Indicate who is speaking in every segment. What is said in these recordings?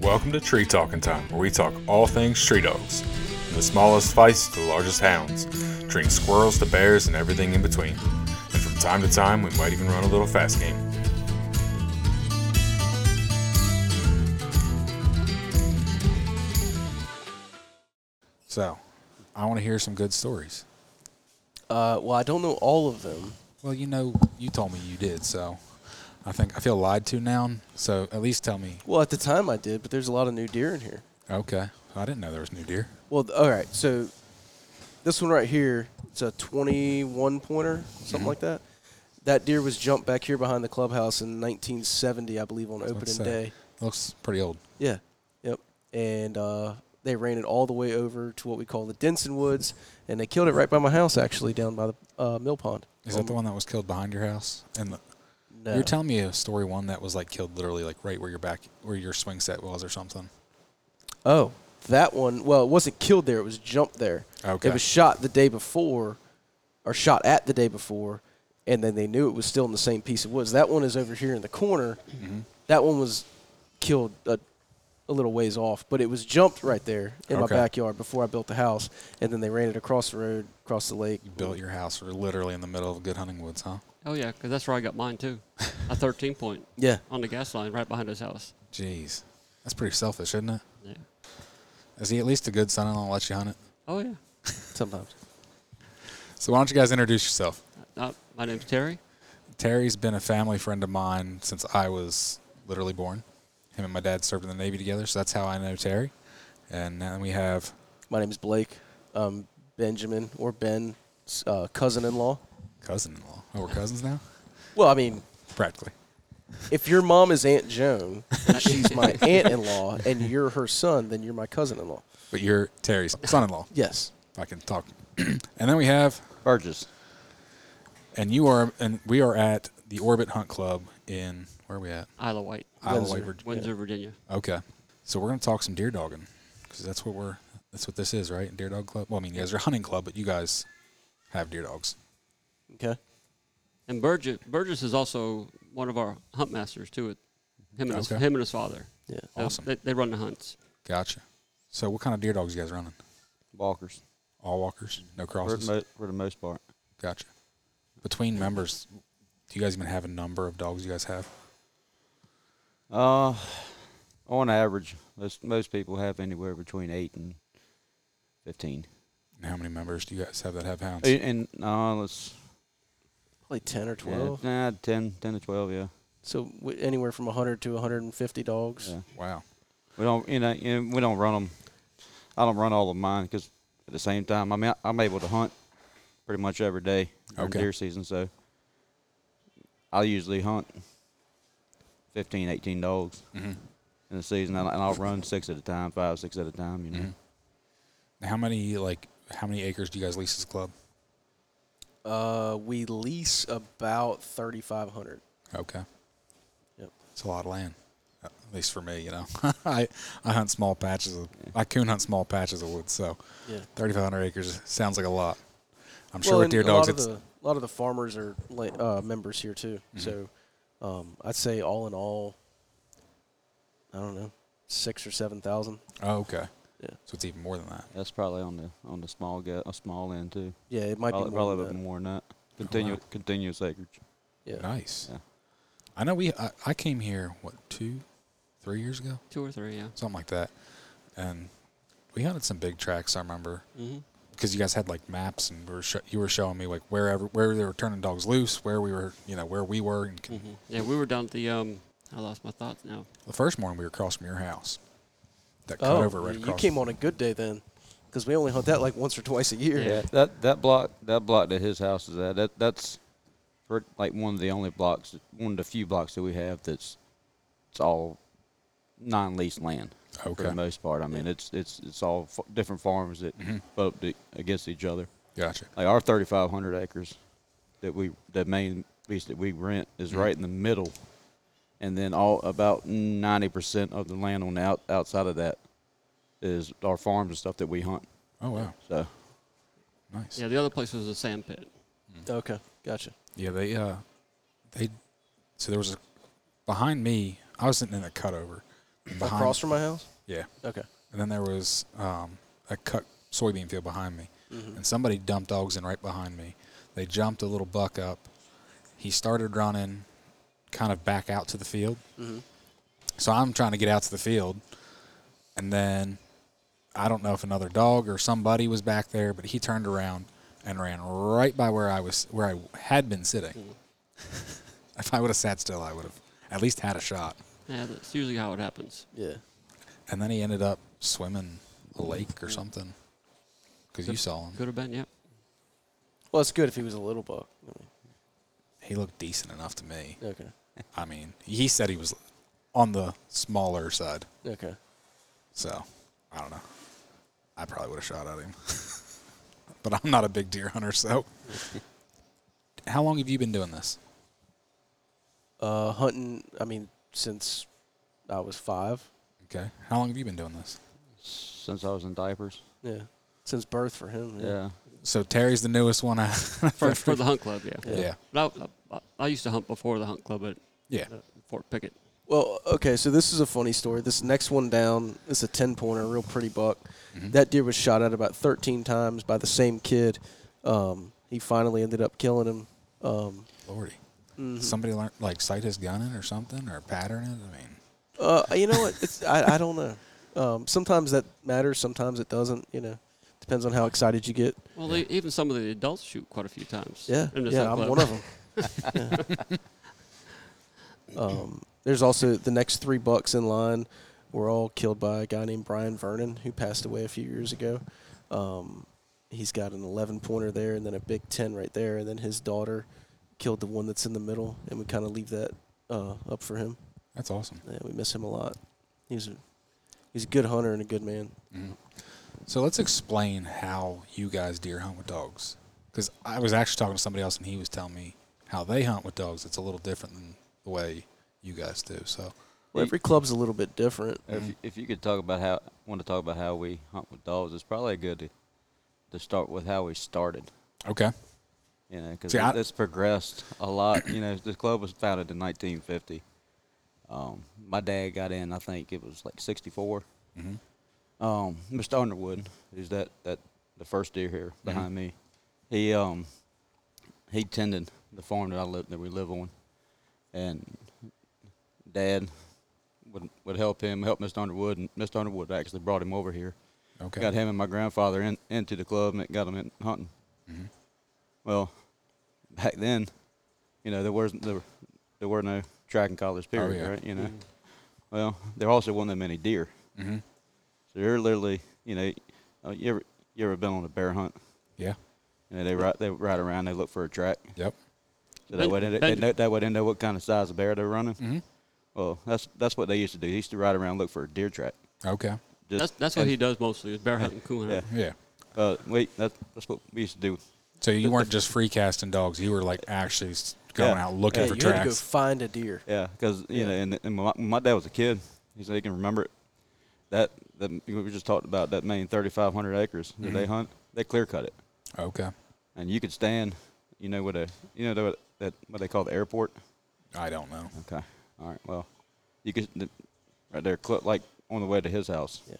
Speaker 1: Welcome to Tree Talking Time, where we talk all things tree dogs. From the smallest fights to the largest hounds, treating squirrels to bears and everything in between. And from time to time, we might even run a little fast game. So, I want to hear some good stories.
Speaker 2: Uh, well, I don't know all of them.
Speaker 1: Well, you know, you told me you did, so I think I feel lied to now. So at least tell me.
Speaker 2: Well, at the time I did, but there's a lot of new deer in here.
Speaker 1: Okay, I didn't know there was new deer.
Speaker 2: Well, th- all right. So this one right here, it's a 21 pointer,
Speaker 1: Mm-hmm.
Speaker 2: something like that. That deer was jumped back here behind the clubhouse in 1970, I believe, on opening
Speaker 1: Let's say.
Speaker 2: day.
Speaker 1: Looks pretty old.
Speaker 2: Yeah. Yep. And uh, they ran it all the way over to what we call the Denson Woods, and they killed it right by my house, actually, down by the uh, mill pond.
Speaker 1: Is that the one that was killed behind your house? And the,
Speaker 2: No.
Speaker 1: you were telling me a story one that was like killed literally like right where your back where your swing set was or something.
Speaker 2: Oh, that one. Well, it wasn't killed there. It was jumped there.
Speaker 1: Okay.
Speaker 2: It was shot the day before, or shot at the day before, and then they knew it was still in the same piece of woods. That one is over here in the corner.
Speaker 1: Mm-hmm.
Speaker 2: That one was killed a, a little ways off, but it was jumped right there in
Speaker 1: Okay.
Speaker 2: my backyard before I built the house, and then they ran it across the road, across the lake.
Speaker 1: You built your house or literally in the middle of good hunting woods, huh?
Speaker 3: Oh yeah, 'cause that's where I got mine too. A 13 point
Speaker 2: Yeah.
Speaker 3: on the gas line right behind his house.
Speaker 1: Jeez, that's pretty selfish, isn't it?
Speaker 3: Yeah.
Speaker 1: Is he at least a good son-in-law? to Let you hunt it.
Speaker 3: Oh yeah.
Speaker 2: Sometimes.
Speaker 1: So why don't you guys introduce yourself?
Speaker 3: Uh, my name's Terry.
Speaker 1: Terry's been a family friend of mine since I was literally born. Him and my dad served in the Navy together, so that's how I know Terry. And then we have
Speaker 2: My name is Blake. Um, Benjamin or Ben, uh, cousin-in-law.
Speaker 1: cousin-in-law. Oh, we're cousins now,
Speaker 2: Well, I mean,
Speaker 1: practically.
Speaker 2: if your mom is Aunt Joan, and she's my aunt-in-law, and you're her son, then you're my cousin-in-law.
Speaker 1: But you're Terry's son-in-law.
Speaker 2: Yes.
Speaker 1: If I can talk. and then we have
Speaker 4: Burgess.
Speaker 1: and you are and we are at the Orbit Hunt Club in where are we at?
Speaker 3: Isle of Wight,
Speaker 1: Isle of
Speaker 2: Windsor.
Speaker 1: Wight, Virg-
Speaker 3: Windsor, Virginia.
Speaker 1: Okay, so we're gonna talk some deer dogging because that's what we're that's what this is, right? Deer dog club. Well, I mean, you guys are a hunting club, but you guys have deer dogs.
Speaker 2: Okay.
Speaker 3: And Burgess, Burgess is also one of our hunt masters too. With him and his,
Speaker 1: Okay.
Speaker 3: him and his father.
Speaker 2: Yeah.
Speaker 3: Uh,
Speaker 1: Awesome.
Speaker 3: they, they run the hunts.
Speaker 1: Gotcha. So what kind of deer dogs you guys running?
Speaker 4: Balkers.
Speaker 1: All walkers, no
Speaker 4: For,
Speaker 1: crosses.
Speaker 4: the mo- for the most part.
Speaker 1: Gotcha. Between members, do you guys even have a number of dogs you guys have?
Speaker 4: Uh, on average, most most people have anywhere between eight and fifteen.
Speaker 1: And how many members do you guys have that have hounds?
Speaker 4: Eh, And uh, let's
Speaker 2: Probably 10 or
Speaker 4: yeah,
Speaker 2: 12.
Speaker 4: nah, 10, 10 to twelve. Yeah,
Speaker 2: So w- anywhere from 100 to 150 dogs.
Speaker 4: yeah.
Speaker 1: Wow.
Speaker 4: We don't, you know, you know, we don't run them. I don't run all of mine because at the same time, I'm out, I'm able to hunt pretty much every day during
Speaker 1: Okay.
Speaker 4: deer season. So I usually hunt 15, 18 dogs
Speaker 1: Mhm.
Speaker 4: in the season, and I- and I'll run six at a time, five, six at a time. You know,
Speaker 1: Mhm. How many like how many acres do you guys lease as a club?
Speaker 2: Uh, we lease about 3,500.
Speaker 1: Okay.
Speaker 2: Yep.
Speaker 1: It's a lot of land. At least for me, you know. I, I hunt small patches of I coon hunt small patches of woods, so
Speaker 2: Yeah.
Speaker 1: thirty five hundred acres sounds like a lot. I'm sure with deer
Speaker 2: a lot
Speaker 1: dogs
Speaker 2: of
Speaker 1: it's
Speaker 2: the a lot of the farmers are la- uh, members here too. So, um, I'd say all in all, I don't know, six or seven thousand.
Speaker 1: Oh, okay.
Speaker 2: Yeah.
Speaker 1: So it's even more than that.
Speaker 4: that's probably on the on the small ga- a small end too.
Speaker 2: Yeah, it might
Speaker 4: Probably,
Speaker 2: be more
Speaker 4: probably
Speaker 2: than
Speaker 4: a bit
Speaker 2: that.
Speaker 4: more than that. Continu-
Speaker 1: wow.
Speaker 4: Continuous acreage.
Speaker 2: Yeah.
Speaker 1: Nice.
Speaker 4: Yeah.
Speaker 1: I know we I, I came here what, two, three years ago?
Speaker 3: Two or three, yeah.
Speaker 1: Something like that. And we hunted some big tracks, I remember.
Speaker 2: Mm-hmm.
Speaker 1: because you guys had like maps and we were sho you were showing me like wherever where they were turning dogs loose, where we were, you know, where we were. And c-
Speaker 3: Yeah, we were down at the. Um, I lost my thoughts now.
Speaker 1: the first morning we were across from your house. That cut
Speaker 2: Oh,
Speaker 1: over right
Speaker 2: you
Speaker 1: across.
Speaker 2: came on a good day then, because we only hunt that like once or twice a year.
Speaker 4: Yeah, that that block that block that his house is at that that's for like one of the only blocks, one of the few blocks that we have that's it's all non-leased land for
Speaker 1: Okay.
Speaker 4: the most part. I mean, it's it's it's all f- different farms that put up the, against each other.
Speaker 1: Gotcha.
Speaker 4: Like our 3,500 acres that we the main piece that we rent is right in the middle, and then all about 90% of the land on the out, outside of that is our farms and stuff that we hunt.
Speaker 1: Oh wow,
Speaker 4: So
Speaker 1: nice.
Speaker 3: Yeah,
Speaker 1: Yeah,
Speaker 3: the other place was a sand pit.
Speaker 2: Okay. Gotcha.
Speaker 1: they uh, they so there was a behind me. I was sitting in a cutover. behind.
Speaker 2: across from my house.
Speaker 1: Yeah.
Speaker 2: Okay.
Speaker 1: And then there was um, a cut soybean field behind me, and somebody dumped dogs in right behind me. They jumped a little buck up. He started running, kind of back out to the field. So I'm trying to get out to the field, and then I don't know if another dog or somebody was back there, but he turned around and ran right by where I was, where I had been sitting. if I would have sat still, I would have at least had a shot.
Speaker 3: Yeah, that's usually how it happens.
Speaker 2: Yeah.
Speaker 1: And then he ended up swimming a lake or something. Because you saw him.
Speaker 3: Could have been, yeah.
Speaker 2: Well, it's good if he was a little buck. I mean,
Speaker 1: He looked decent enough to me.
Speaker 2: okay.
Speaker 1: I mean, he said he was on the smaller side.
Speaker 2: Okay.
Speaker 1: So, I don't know. I probably would have shot at him. but I'm not a big deer hunter, so. How long have you been doing this?
Speaker 2: Uh, hunting. I mean, since I was five.
Speaker 1: Okay. How long have you been doing this?
Speaker 4: since I was in diapers.
Speaker 2: Yeah. Since birth for him.
Speaker 4: Yeah.
Speaker 1: So, Terry's the newest one. I,
Speaker 3: For, for the hunt club, yeah.
Speaker 2: Yeah.
Speaker 1: yeah.
Speaker 3: But I, I, I used to hunt before the hunt club at
Speaker 1: Yeah.
Speaker 3: uh, Fort Pickett.
Speaker 2: Well, okay, so this is a funny story. This next one down, it's a 10 pointer, a real pretty buck.
Speaker 1: Mm-hmm.
Speaker 2: That deer was shot at about 13 times by the same kid. Um, he finally ended up killing him. Um,
Speaker 1: Lordy.
Speaker 2: Mm-hmm.
Speaker 1: Somebody learned, like, sight his gun in or something or pattern it? I mean,
Speaker 2: uh, you know what? It's, I, I don't know. Um, sometimes that matters, sometimes it doesn't, you know. Depends on how excited you get.
Speaker 3: Well, they, even some of the adults shoot quite a few times.
Speaker 2: Yeah,
Speaker 3: in this
Speaker 2: yeah,
Speaker 3: hunt
Speaker 2: I'm
Speaker 3: club.
Speaker 2: one of them. um, there's also the next three bucks in line were all killed by a guy named Brian Vernon who passed away a few years ago. Um, he's got an 11 pointer there and then a big 10 right there, and then his daughter killed the one that's in the middle, and we kind of leave that uh, up for him.
Speaker 1: that's awesome.
Speaker 2: Yeah, we miss him a lot. He's a he's a good hunter and a good man.
Speaker 1: So let's explain how you guys deer hunt with dogs. Because I was actually talking to somebody else, and he was telling me how they hunt with dogs. It's a little different than the way you guys do. So,
Speaker 2: Well, every club's a little bit different.
Speaker 4: If, you- if you could talk about how want to talk about how we hunt with dogs, it's probably good to, to start with how we started.
Speaker 1: okay,
Speaker 4: You know, because
Speaker 1: See, I-
Speaker 4: it's progressed a lot. You know, the club was founded in 1950. Um, my dad got in, I think it was like 64.
Speaker 1: Mm-hmm.
Speaker 4: Um, Mr. Underwood, who's that that the first deer here
Speaker 1: Mm-hmm.
Speaker 4: behind me, he um he tended the farm that I live that we live on, and Dad would would help him help Mr. Underwood, and Mr. Underwood actually brought him over here.
Speaker 1: okay,
Speaker 4: Got him and my grandfather in, into the club and it got him in hunting. Well, back then, you know, there wasn't there, there were no tracking collars, period,
Speaker 1: yeah.
Speaker 4: right? You know, well, there also wasn't that many deer. Mm-hmm. So you're literally, you know, uh, you ever you ever been on a bear hunt?
Speaker 1: yeah,
Speaker 4: You know, they ride they ride around, they look for a track,
Speaker 1: yep,
Speaker 4: so that
Speaker 3: Then-
Speaker 4: way they, they
Speaker 3: then-
Speaker 4: know, that way they know what kind of size of bear they're running. Mm-hmm. Well, that's that's what they used to do. They used to ride around and look for a deer track.
Speaker 1: okay,
Speaker 4: Just-
Speaker 3: That's that's what he does mostly is bear hunting, coon hunting.
Speaker 1: yeah.
Speaker 4: Uh, wait, that's, that's what we used to do
Speaker 1: So you weren't just free casting dogs; you were like actually s- going
Speaker 4: Yeah.
Speaker 1: out looking
Speaker 2: Yeah,
Speaker 1: for
Speaker 2: you had to go
Speaker 1: tracks.
Speaker 2: find a deer.
Speaker 4: Yeah, because you
Speaker 2: Yeah.
Speaker 4: know, and, and my, my dad was a kid. He said he can remember it. That that we just talked about that main 3,500 acres that
Speaker 2: Mm-hmm.
Speaker 4: they hunt. They clear cut it,
Speaker 1: okay,
Speaker 4: and you could stand. You know what a you know the, that what they call the airport.
Speaker 1: I don't know.
Speaker 4: Okay, all right. Well, you could the- right there, cl- like on the way to his house.
Speaker 2: Yeah.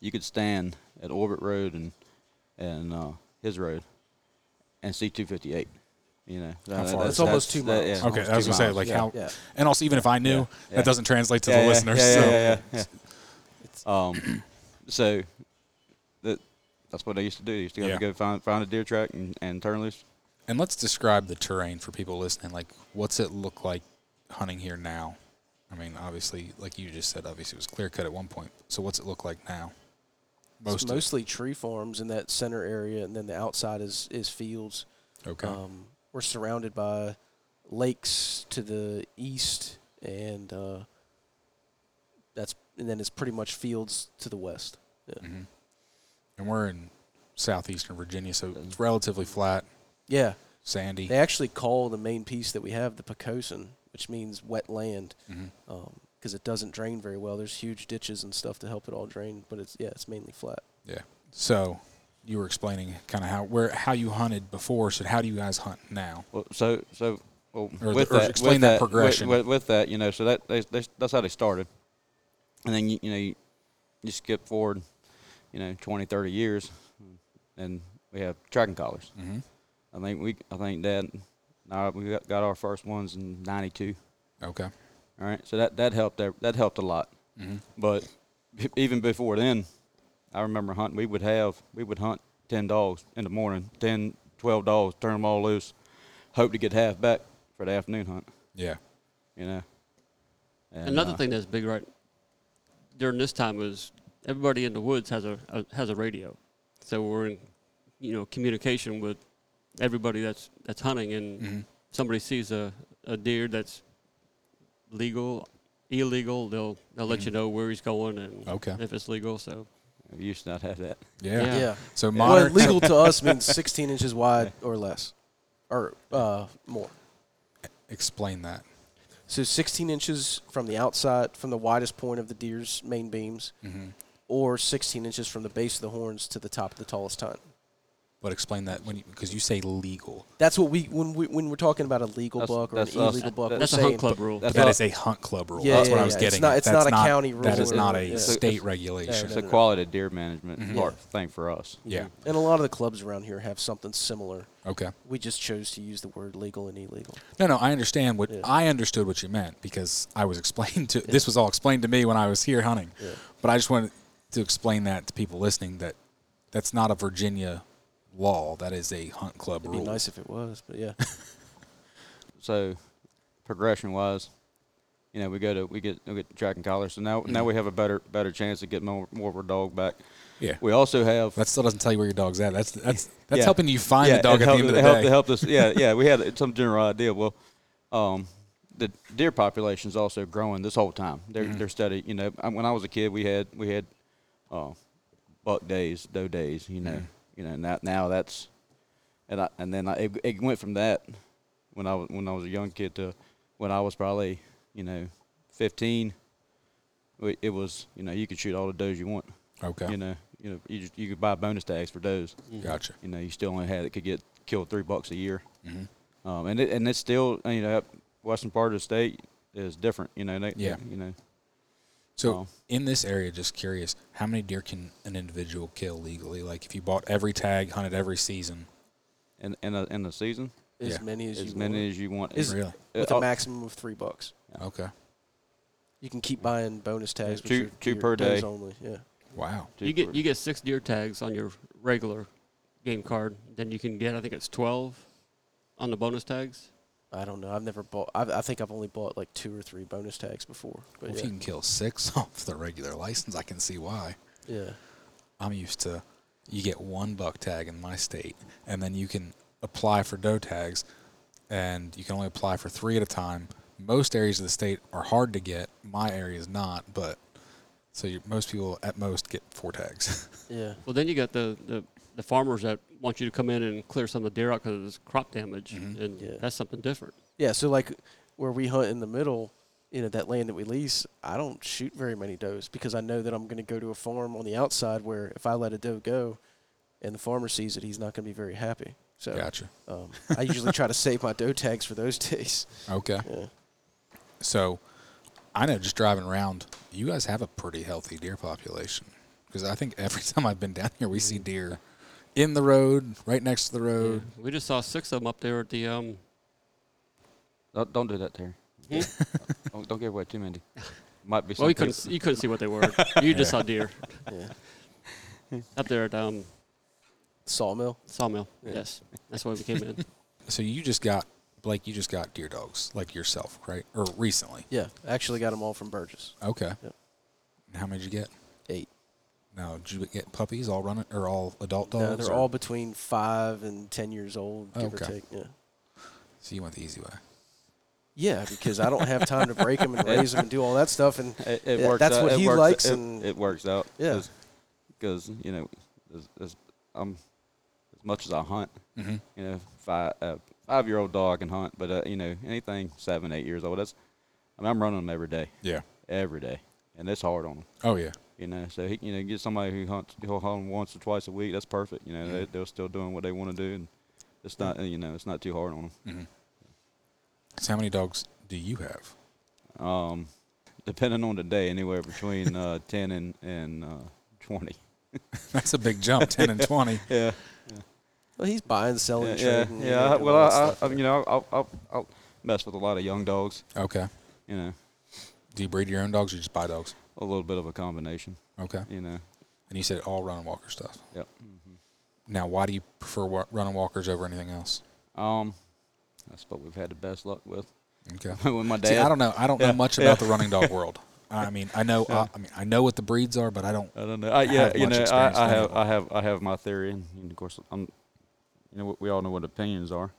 Speaker 4: You could stand at Orbit Road and and uh, his road, and see 258. You know,
Speaker 1: How far is
Speaker 2: that? That's almost two
Speaker 4: that-
Speaker 2: miles.
Speaker 4: yeah,
Speaker 1: Okay,
Speaker 4: almost
Speaker 1: I was
Speaker 4: two
Speaker 1: gonna say
Speaker 4: miles.
Speaker 1: like
Speaker 4: Yeah.
Speaker 1: how,
Speaker 2: Yeah.
Speaker 1: and also even if I knew,
Speaker 4: Yeah.
Speaker 1: that doesn't translate to
Speaker 4: Yeah,
Speaker 1: the
Speaker 4: yeah,
Speaker 1: listeners.
Speaker 4: Yeah,
Speaker 1: so
Speaker 4: yeah, yeah, yeah. Um, so that that's what they used to do. They used to have
Speaker 1: Yeah.
Speaker 4: to go find find a deer track and, and turn loose.
Speaker 1: And let's describe the terrain for people listening. Like, what's it look like hunting here now? I mean, obviously, like you just said, obviously it was clear cut at one point. So, what's it look like now? Most
Speaker 2: it's
Speaker 1: of it.
Speaker 2: mostly tree farms in that center area, and then the outside is is fields.
Speaker 1: Okay.
Speaker 2: Um, we're surrounded by lakes to the east, and uh, that's and then it's pretty much fields to the west. Yeah,
Speaker 1: Mm-hmm. and we're in southeastern Virginia, so it's relatively flat,
Speaker 2: yeah.
Speaker 1: sandy.
Speaker 2: They actually call the main piece that we have the Picosin, which means wet land, because
Speaker 1: Mm-hmm.
Speaker 2: um, it doesn't drain very well. There's huge ditches and stuff to help it all drain, but it's yeah, it's mainly flat.
Speaker 1: Yeah. So, you were explaining kind of how where how you hunted before. So, how do you guys hunt now?
Speaker 4: Well, so so well,
Speaker 1: Or the-
Speaker 4: with
Speaker 1: or
Speaker 4: that,
Speaker 1: explain
Speaker 4: with
Speaker 1: that
Speaker 4: with-
Speaker 1: progression.
Speaker 4: With, with that, you know, so that they, they, that's how they started. and then you, you know you, you skip forward, you know, 20, 30 years, and we have tracking collars.
Speaker 1: Mm-hmm.
Speaker 4: I think we, I think Dad, and I, we got, got our first ones in '92.
Speaker 1: Okay.
Speaker 4: All right, so that that helped. ev- That helped a lot.
Speaker 1: Mm-hmm.
Speaker 4: But e- even before then, I remember hunting. We would have we would hunt ten dogs in the morning, 10, 12 dogs, turn them all loose, hope to get half back for the afternoon hunt.
Speaker 1: Yeah.
Speaker 4: You know. And,
Speaker 3: Another
Speaker 4: uh,
Speaker 3: thing that's big right during this time is everybody in the woods has a, a has a radio, so we're in you know communication with everybody that's that's hunting, and
Speaker 1: Mm-hmm.
Speaker 3: somebody sees a, a deer that's legal, illegal, they'll they'll
Speaker 2: Mm-hmm.
Speaker 3: let you know where he's going and
Speaker 2: Oh,
Speaker 1: Okay.
Speaker 3: if it's legal. So
Speaker 4: We used to not have that.
Speaker 1: Yeah.
Speaker 3: Yeah.
Speaker 1: So
Speaker 2: Well,
Speaker 1: monitor.
Speaker 2: legal to us means 16 inches wide or less, or uh, more.
Speaker 1: Explain that.
Speaker 2: So 16 inches from the outside, from the widest point of the deer's main beams,
Speaker 1: Mm-hmm.
Speaker 2: or 16 inches from the base of the horns to the top of the tallest tine.
Speaker 1: But explain that when because you, say legal,
Speaker 2: That's what we when we when we're talking about a legal
Speaker 4: That's-
Speaker 2: buck or an
Speaker 4: that's us.
Speaker 2: illegal buck.
Speaker 4: That-
Speaker 3: that's
Speaker 2: we're
Speaker 3: a
Speaker 2: saying,
Speaker 3: hunt club rule.
Speaker 1: but
Speaker 4: That's
Speaker 1: that
Speaker 4: not-
Speaker 1: is a hunt club rule.
Speaker 2: Yeah,
Speaker 1: That's what
Speaker 2: yeah,
Speaker 1: I was
Speaker 2: yeah. It's
Speaker 1: getting.
Speaker 2: not-
Speaker 1: at.
Speaker 2: it's
Speaker 1: That's
Speaker 2: not a county rule
Speaker 1: That is
Speaker 4: or-
Speaker 1: not a
Speaker 2: yeah.
Speaker 1: state
Speaker 4: It's-
Speaker 1: regulation.
Speaker 4: It's
Speaker 2: no, no,
Speaker 4: a
Speaker 2: no.
Speaker 4: quality deer management
Speaker 1: Mhm.
Speaker 4: part,
Speaker 2: Yeah.
Speaker 4: thing for us.
Speaker 1: Yeah.
Speaker 2: And a lot of the clubs around here have something similar.
Speaker 1: Okay.
Speaker 2: We just chose to use the word legal and illegal.
Speaker 1: No, no, I understand what
Speaker 2: Yeah.
Speaker 1: I understood what you meant because I was explained to
Speaker 2: Yeah.
Speaker 1: this was all explained to me when I was here hunting.
Speaker 2: Yeah.
Speaker 1: But I just wanted to explain that to people listening that that's not a Virginia law. That is a hunt club
Speaker 2: It'd be
Speaker 1: rule.
Speaker 2: nice if it was, but yeah.
Speaker 4: So, progression wise, you know, we go to we get we get track and collar. So now
Speaker 1: Mm-hmm.
Speaker 4: now we have a better better chance of getting more more of our dog back.
Speaker 1: Yeah.
Speaker 4: We also have
Speaker 1: That still doesn't tell you where your dog's at. That's that's that's
Speaker 4: Yeah.
Speaker 1: helping you find the
Speaker 4: it
Speaker 1: dog at
Speaker 4: helped-
Speaker 1: the end of
Speaker 4: it
Speaker 1: the
Speaker 4: helped,
Speaker 1: day.
Speaker 4: It helped us. Yeah, yeah. We had some general idea. Well, um, the deer population is also growing this whole time. They're
Speaker 1: Mm-hmm.
Speaker 4: they're steady. You know, I- when I was a kid, we had we had uh, buck days, doe days. You know,
Speaker 1: Mm-hmm.
Speaker 4: you know. Now now that's and I and then I it, it went from that when I was when I was a young kid to when I was probably you know fifteen. we- It was you know you could shoot all the does you want.
Speaker 1: Okay.
Speaker 4: You know you know you just, you could buy bonus tags for does
Speaker 1: Gotcha.
Speaker 4: you know, you still only had that could get killed three bucks a year.
Speaker 1: hmm
Speaker 4: Um, and it, and it's still, you know, up western part of the state is different. You know, they,
Speaker 1: Yeah.
Speaker 4: You know,
Speaker 1: So
Speaker 4: um,
Speaker 1: in this area, just curious, how many deer can an individual kill legally? Like if you bought every tag, hunted every season.
Speaker 4: in in a, in uh, the season,
Speaker 2: As
Speaker 1: Yeah.
Speaker 2: many as
Speaker 4: as
Speaker 2: you
Speaker 4: many
Speaker 2: want,
Speaker 4: as you want.
Speaker 2: Is-
Speaker 1: really?
Speaker 4: Uh,
Speaker 2: with
Speaker 4: uh,
Speaker 2: a maximum of three bucks.
Speaker 1: Okay.
Speaker 2: You can keep buying bonus tags.
Speaker 4: Mm. Two-
Speaker 2: which are
Speaker 4: two
Speaker 2: your
Speaker 4: per
Speaker 2: days
Speaker 4: day.
Speaker 2: only. Yeah.
Speaker 1: Wow.
Speaker 4: two
Speaker 3: You get
Speaker 4: per-
Speaker 3: you get six deer tags on your regular game card. Then you can get I think it's twelve on the bonus tags.
Speaker 2: I don't know. I've never bought. I've, I think I've only bought like two or three bonus tags before. But
Speaker 1: Well, If
Speaker 2: yeah.
Speaker 1: you can kill six off the regular license, I can see why.
Speaker 2: yeah.
Speaker 1: I'm used to you get one buck tag in my state, and then you can apply for doe tags, and you can only apply for three at a time. Most areas of the state are hard to get. My area is not, but so you most people at most get four tags.
Speaker 2: Yeah.
Speaker 3: Well, then you got the, the, the farmers that want you to come in and clear some of the deer out because it's crop damage,
Speaker 1: Mhm.
Speaker 3: and
Speaker 2: Yeah.
Speaker 3: that's something different.
Speaker 2: Yeah. So like where we hunt in the middle, you know, that land that we lease, I don't shoot very many does because I know that I'm going to go to a farm on the outside where if I let a doe go, and the farmer sees it, he's not going to be very happy. So
Speaker 1: Gotcha.
Speaker 2: um, I usually try to save my doe tags for those days.
Speaker 1: Okay.
Speaker 2: Yeah.
Speaker 1: So I know just driving around, you guys have a pretty healthy deer population because I think every time I've been down here, we
Speaker 2: Mm-hmm.
Speaker 1: see deer in the road, right next to the road.
Speaker 3: We just saw six of them up there at the um.
Speaker 4: Don't, don't do that, Terry.
Speaker 3: Hmm?
Speaker 4: don't, don't give away too many. Might be.
Speaker 3: Well, you
Speaker 4: some
Speaker 3: couldn't
Speaker 4: people-
Speaker 3: s- you couldn't see what they were. You just saw deer
Speaker 2: Yeah.
Speaker 3: up there at um
Speaker 2: Sawmill.
Speaker 3: sawmill.
Speaker 2: Yeah.
Speaker 3: Yes, that's why we came in.
Speaker 1: So you just got Blake, you just got deer dogs like yourself, right? Or recently.
Speaker 2: Yeah. I actually got them all from Burgess.
Speaker 1: Okay.
Speaker 2: Yep.
Speaker 1: And how many did you get?
Speaker 2: Eight.
Speaker 1: Now, did you get puppies all running or all adult dogs?
Speaker 2: No, they're
Speaker 1: or-
Speaker 2: all between five and ten years old, give
Speaker 1: Okay.
Speaker 2: or take. Yeah.
Speaker 1: So you went the easy way.
Speaker 2: Yeah, because I don't have time to break them and raise them and do all that stuff. And
Speaker 4: It, it
Speaker 2: Yeah,
Speaker 4: works.
Speaker 2: that's
Speaker 4: out,
Speaker 2: what
Speaker 4: it
Speaker 2: he
Speaker 4: works,
Speaker 2: likes
Speaker 4: It,
Speaker 2: and-
Speaker 4: it works out.
Speaker 2: Yeah.
Speaker 4: Because you know, as, as, um, as much as I hunt,
Speaker 1: Mm-hmm.
Speaker 4: you know, five uh, five year old dog can hunt, but uh, you know, anything seven eight years old, that's. I mean, I'm running them every day.
Speaker 1: Yeah.
Speaker 4: every day, and it's hard on them.
Speaker 1: Oh yeah.
Speaker 4: You know, so he, you know, get somebody who hunts, who hunt once or twice a week. That's perfect. You know, they, they're still doing what they want to do, and it's not, you know, it's not too hard on
Speaker 1: Mm-hmm. So how many dogs do you have?
Speaker 4: them. Um, depending on the day, anywhere between uh, ten and and uh, twenty.
Speaker 1: That's a big jump, 10 and 20.
Speaker 4: Yeah,
Speaker 2: Well, he's buying, selling,
Speaker 4: yeah, yeah.
Speaker 2: trading.
Speaker 4: yeah. I-
Speaker 2: doing
Speaker 4: Well,
Speaker 2: all that
Speaker 4: I,
Speaker 2: stuff.
Speaker 4: I, I, you know, I'll, I'll I'll mess with a lot of young dogs.
Speaker 1: Okay.
Speaker 4: You know,
Speaker 1: Do you breed your own dogs or just buy dogs?
Speaker 4: a little bit of a combination.
Speaker 1: Okay.
Speaker 4: You know,
Speaker 1: And you said all run and walker stuff.
Speaker 4: yep.
Speaker 1: Now, why do you prefer wa- run and walkers over anything else?
Speaker 4: Um, that's what we've had the best luck with.
Speaker 1: Okay.
Speaker 4: when my dad,
Speaker 1: See, I don't know. I don't
Speaker 4: Yeah,
Speaker 1: know much
Speaker 4: yeah.
Speaker 1: about the running dog world. I mean, I know. I, I mean, I know what the breeds are, but I don't.
Speaker 4: I don't know. I,
Speaker 1: have
Speaker 4: yeah, you
Speaker 1: much
Speaker 4: know,
Speaker 1: experience
Speaker 4: I, I
Speaker 1: with
Speaker 4: have,
Speaker 1: that.
Speaker 4: I have, I have my theory, and, and of course, I'm. You know, we all know what opinions are,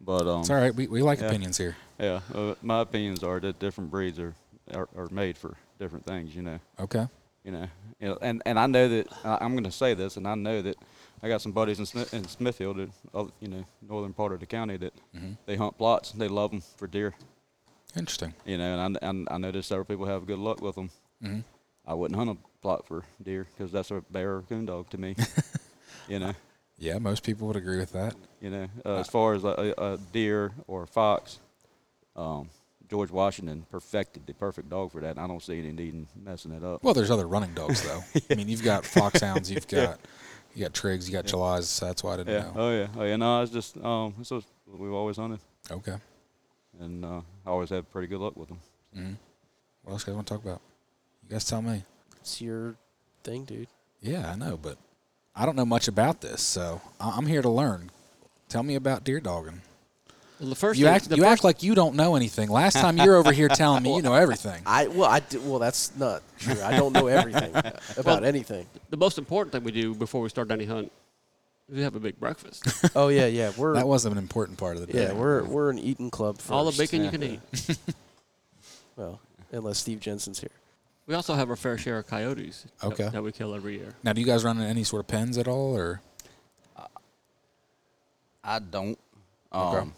Speaker 4: but um,
Speaker 1: It's all right. We, we like
Speaker 4: yeah.
Speaker 1: opinions here.
Speaker 4: yeah, uh, my opinions are that different breeds are, are are made for different things. You know,
Speaker 1: Okay.
Speaker 4: you know, you know and and I know that I, I'm going to say this, and I know that I got some buddies in, Smith, in Smithfield, that, uh, you know, northern part of the county, that
Speaker 1: Mm-hmm.
Speaker 4: they hunt plots, and they love them for deer.
Speaker 1: Interesting.
Speaker 4: You know, and I, and I know that several people have good luck with them.
Speaker 1: hmm
Speaker 4: I wouldn't hunt a plot for deer because that's a bear or coon dog to me. you know,
Speaker 1: Yeah, most people would agree with that.
Speaker 4: you know. Uh, as far as a, a a deer or a fox, um, George Washington perfected the perfect dog for that. And I don't see any need in messing it up.
Speaker 1: Well, there's other running dogs though. I mean, you've got foxhounds, you've got you got trigs, you got Jalies. So that's why I didn't
Speaker 4: yeah.
Speaker 1: know.
Speaker 4: Oh yeah. Oh yeah. No, it's just um, it's just what we've always hunted,
Speaker 1: Okay.
Speaker 4: and uh, I always had pretty good luck with them.
Speaker 1: hmm What else guys want to talk about? You guys tell me.
Speaker 2: It's your thing, dude.
Speaker 1: Yeah, I know, but I don't know much about this, so I- I'm here to learn. Tell me about deer dogging.
Speaker 3: Well, the first
Speaker 1: You
Speaker 3: thing,
Speaker 1: act
Speaker 3: the
Speaker 1: you
Speaker 3: first,
Speaker 1: act like you don't know anything. Last time you're over here telling me you know everything.
Speaker 2: I well, I do, well, that's not true. I don't know everything about anything.
Speaker 3: the most important thing we do before we start any hunt is we have a big breakfast.
Speaker 2: Oh yeah, yeah, we're
Speaker 1: That was an important part of the day.
Speaker 2: yeah, we're we're an eating club. First.
Speaker 3: All the bacon you can
Speaker 4: Yeah.
Speaker 3: eat.
Speaker 2: Well, unless Steve Jensen's here.
Speaker 3: We also have our fair share of coyotes that-
Speaker 1: Okay.
Speaker 3: that, we kill every year.
Speaker 1: Now, do you guys run in any sort of pens at all, or
Speaker 4: I don't. Um,
Speaker 1: Okay.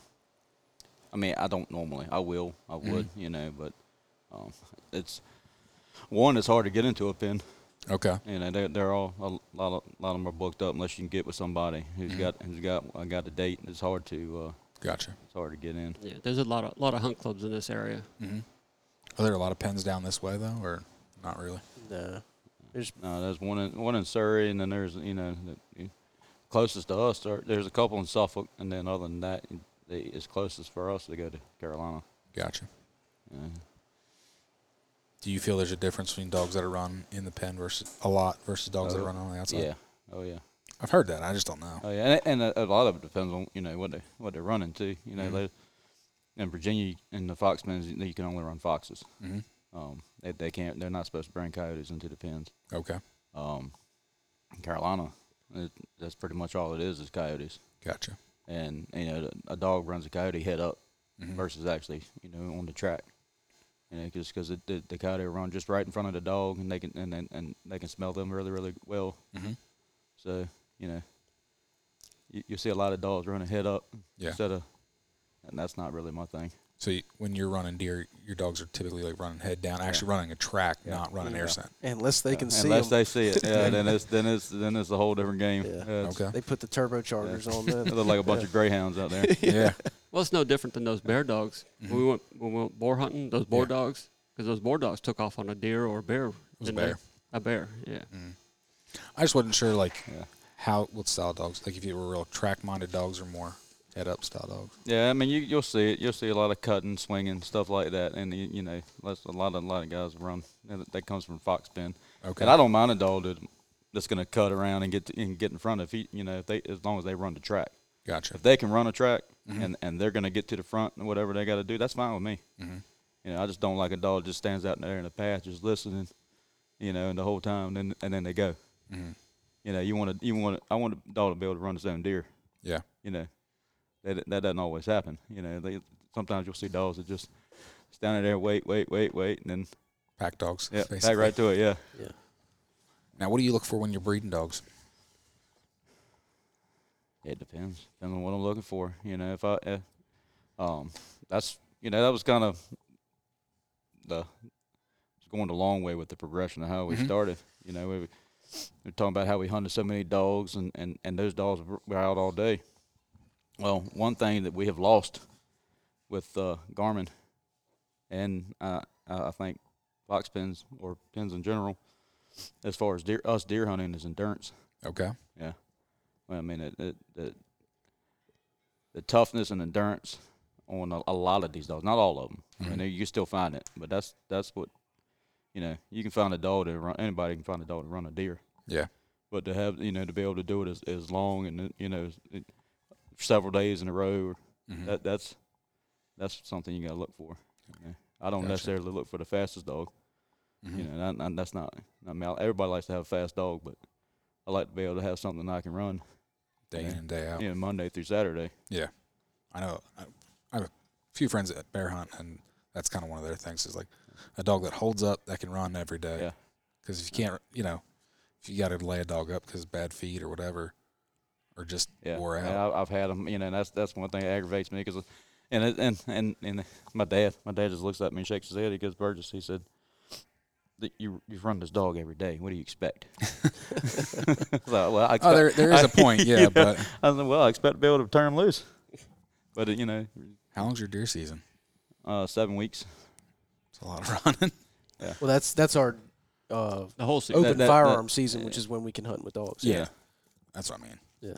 Speaker 4: I mean, I don't normally. I will. I would. You know, but um, it's one. It's hard to get into a pen.
Speaker 1: okay?
Speaker 4: You know, they're, they're all a lot of lot of them are booked up unless you can get with somebody who's got who's got uh, got a date. It's hard to uh,
Speaker 1: Gotcha.
Speaker 4: it's hard to get in.
Speaker 3: Yeah, there's a lot of lot of hunt clubs in this area.
Speaker 1: Mm-hmm. Are there a lot of pens down this way though, or not really?
Speaker 2: No, there's
Speaker 4: No, Uh, there's one in one in Surrey, and then there's you know the, closest to us. There, there's a couple in Suffolk, and then other than that, they, it's closest for us to go to Carolina.
Speaker 1: Gotcha.
Speaker 4: You know.
Speaker 1: Do you feel there's a difference between dogs that are run in the pen versus a lot versus dogs that
Speaker 4: Oh,
Speaker 1: are run on the outside?
Speaker 4: Yeah. Oh yeah.
Speaker 1: I've heard that. I just don't know.
Speaker 4: Oh yeah, and, and a, a lot of it depends on you know what they what they're running too. You know,
Speaker 1: Mhm.
Speaker 4: they in Virginia in the fox pens you you can only run foxes.
Speaker 1: hmm
Speaker 4: Um, they, they can't. They're not supposed to bring coyotes into the pens.
Speaker 1: Okay,
Speaker 4: Um, in Carolina, it, that's pretty much all it is is coyotes.
Speaker 1: gotcha.
Speaker 4: And you know, a dog runs a coyote head up
Speaker 1: Mm-hmm.
Speaker 4: versus actually you know on the track. You know, just because the, the coyote will run just right in front of the dog, and they can and, and, and they can smell them really really well.
Speaker 1: hmm
Speaker 4: So you know, you, you see a lot of dogs running head up
Speaker 1: Yeah.
Speaker 4: instead of, and that's not really my thing.
Speaker 1: So you, when you're running deer, your dogs are typically like running head down, actually running a track,
Speaker 4: Yeah.
Speaker 1: not running air
Speaker 4: Yeah.
Speaker 1: scent.
Speaker 2: unless they can see
Speaker 4: Unless
Speaker 2: 'em,
Speaker 4: they see it, yeah, then it's then it's then it's a whole different game.
Speaker 2: Yeah.
Speaker 4: Yeah, it's-
Speaker 1: Okay.
Speaker 2: they put the turbochargers on them.
Speaker 4: They look like a bunch of greyhounds out there.
Speaker 1: Yeah.
Speaker 3: Well, it's no different than those bear dogs. When we went when we went boar hunting, those boar
Speaker 1: Yeah.
Speaker 3: dogs, because those boar dogs took off on a deer or a bear.
Speaker 1: was a
Speaker 3: didn't they?
Speaker 1: bear.
Speaker 3: A bear, yeah.
Speaker 1: I just wasn't sure like
Speaker 4: Yeah.
Speaker 1: how what style dogs like if you were real track minded dogs or more head up style dogs.
Speaker 4: Yeah, I mean you you'll see it. You'll see a lot of cutting, swinging, stuff like that, and you, you know that's a lot of a lot of guys run. and That comes from fox pen.
Speaker 1: Okay.
Speaker 4: And I don't mind a dog that, that's gonna cut around and get to, and get in front of he, you know if they as long as they run the track.
Speaker 1: Gotcha.
Speaker 4: If they can run a track
Speaker 1: Mm-hmm.
Speaker 4: and and they're gonna get to the front and whatever they got to do, that's fine with me.
Speaker 1: Mm-hmm.
Speaker 4: You know I just don't like a dog that just stands out there in the path just listening, you know, and the whole time, and then and then they go.
Speaker 1: Mm-hmm.
Speaker 4: You know you want to you want I want a dog to be able to run his own deer
Speaker 1: Yeah.
Speaker 4: you know, that that doesn't always happen. You know, they sometimes you'll see dogs that just standing there, wait, wait, wait, wait, and then
Speaker 1: Pack dogs.
Speaker 4: yeah,
Speaker 1: basically.
Speaker 4: back right to it. Yeah,
Speaker 2: yeah.
Speaker 1: Now, what do you look for when you're breeding dogs?
Speaker 4: it depends. Depends on what I'm looking for. You know, if I, eh, um, that's you know that was kind of the it's going the long way with the progression of how we
Speaker 1: Mhm.
Speaker 4: started. You know, we were- we were talking about how we hunted so many dogs, and and and those dogs were- were out all day. Well, one thing that we have lost with uh, Garmin, and uh, I I think box pins or pins in general. As far as deer, us deer hunting is endurance.
Speaker 1: Okay.
Speaker 4: Yeah. Well, I mean, it, it, it, the toughness and endurance on a, a lot of these dogs, not all of them. I mean, you still find it, but that's that's what you know. You can find a dog to run. Anybody can find a dog to run a deer,
Speaker 1: Yeah.
Speaker 4: but to have you know to be able to do it as, as long and you know it, several days in a row,
Speaker 1: Mm-hmm.
Speaker 4: that that's that's something you got to look for. you know. I don't
Speaker 1: Gotcha.
Speaker 4: necessarily look for the fastest dog.
Speaker 1: Mm-hmm.
Speaker 4: You know, and I, and that's not. I mean, everybody likes to have a fast dog, but I like to be able to have something I can run
Speaker 1: Day in and day out.
Speaker 4: you know, Monday through Saturday.
Speaker 1: Yeah, I know. I, I have a few friends that bear hunt, and that's kind of one of their things is like a dog that holds up that can run every day.
Speaker 4: Yeah.
Speaker 1: Because if you can't, you know, if you got to lay a dog up because bad feet or whatever, or just
Speaker 4: Yeah,
Speaker 1: wore out.
Speaker 4: Yeah, I, I've had them. You know, and that's that's one thing that aggravates me because, and it- and and and my dad, my dad just looks at me and shakes his head. He goes, Burgess, he said, "That you you run this dog every day. What do you expect? so, well, I expect
Speaker 1: Oh, there, there is a point, yeah, but
Speaker 4: I said, well, I expect to be able to turn him loose, but uh, you know,
Speaker 1: how long's your deer season?
Speaker 4: uh, seven weeks.
Speaker 1: It's a lot of running.
Speaker 2: Well, that's that's our uh,
Speaker 3: The whole season.
Speaker 2: open
Speaker 4: that-
Speaker 2: firearm season, which is when we can hunt with dogs.
Speaker 1: Yeah. That's what I mean.
Speaker 2: Yeah.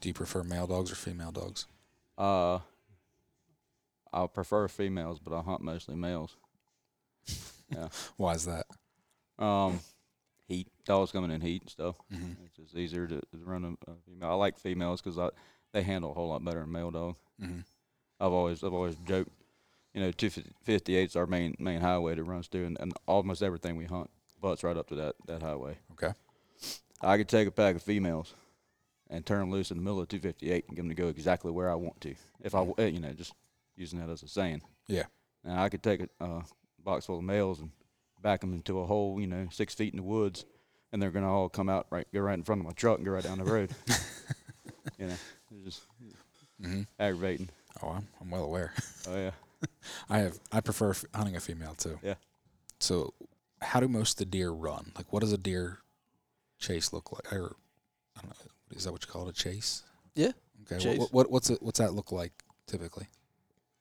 Speaker 1: Do you prefer male dogs or female dogs?
Speaker 4: Uh, I prefer females, but I hunt mostly males. Yeah.
Speaker 1: Why is that?
Speaker 4: Um, heat dogs coming in heat and stuff.
Speaker 1: Mhm.
Speaker 4: It's just easier to to run a, a female. I like females because I they handle a whole lot better than male dog.
Speaker 1: Mm-hmm.
Speaker 4: I've always I've always joked, you know, two fifty eight is our main main highway that runs through, and, and almost everything we hunt butts right up to that that highway.
Speaker 1: Okay.
Speaker 4: I could take a pack of females and turn them loose in the middle of two fifty eight and get them to go exactly where I want to. If I w- eh, you know just using that as a saying.
Speaker 1: Yeah.
Speaker 4: Now I could take a uh, box full of males and back them into a hole, you know, six feet in the woods, and they're gonna all come out right, go right in front of my truck and go right down the road. you know, it's just
Speaker 1: Mm-hmm.
Speaker 4: aggravating.
Speaker 1: Oh, I'm, I'm well aware.
Speaker 4: Oh yeah.
Speaker 1: I have. I prefer f- hunting a female too.
Speaker 4: Yeah.
Speaker 1: So, how do most of the deer run? Like, what does a deer chase look like? Or, I don't know. Is that what you call it? A chase?
Speaker 2: Yeah.
Speaker 1: Okay.
Speaker 2: Chase.
Speaker 1: What, what what's it, what's that look like typically? Do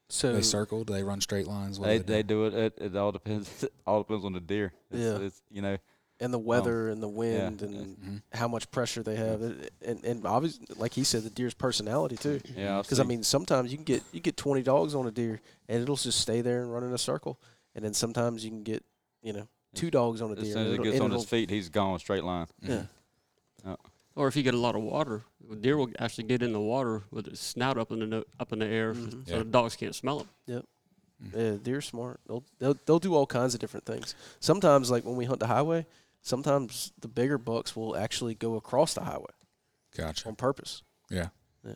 Speaker 2: So
Speaker 1: they circle? Do they run straight lines? What
Speaker 4: They
Speaker 1: do they,
Speaker 4: they
Speaker 1: do?
Speaker 4: do it. It, it all depends. all depends on the deer. It's,
Speaker 2: Yeah.
Speaker 4: It's you know.
Speaker 2: and the weather and the wind and
Speaker 4: it's-
Speaker 1: Mhm.
Speaker 2: how much pressure they have, and and, and obviously, like he said, the deer's personality too.
Speaker 4: Yeah. I've
Speaker 2: Because I
Speaker 4: seen-
Speaker 2: mean, sometimes you can get you get twenty dogs on a deer, and it'll just stay there and run in a circle. And then sometimes you can get you know two dogs on a deer.
Speaker 4: as soon
Speaker 2: and
Speaker 4: as it
Speaker 2: it'll-
Speaker 4: gets
Speaker 2: and
Speaker 4: on his
Speaker 2: it'll-
Speaker 4: feet, he's gone straight line.
Speaker 2: Yeah.
Speaker 1: mm-hmm,
Speaker 3: Or if you get a lot of water, the deer will actually get in the water with its snout up in the no- up in the air,
Speaker 2: Mhm.
Speaker 3: so
Speaker 1: Yeah.
Speaker 3: the dogs can't smell it.
Speaker 1: mm-hmm.
Speaker 2: Yeah, uh, they're smart. They'll, they'll they'll do all kinds of different things. Sometimes, like when we hunt the highway, sometimes the bigger bucks will actually go across the highway
Speaker 1: Gotcha.
Speaker 2: on purpose.
Speaker 1: Yeah.
Speaker 2: Yeah.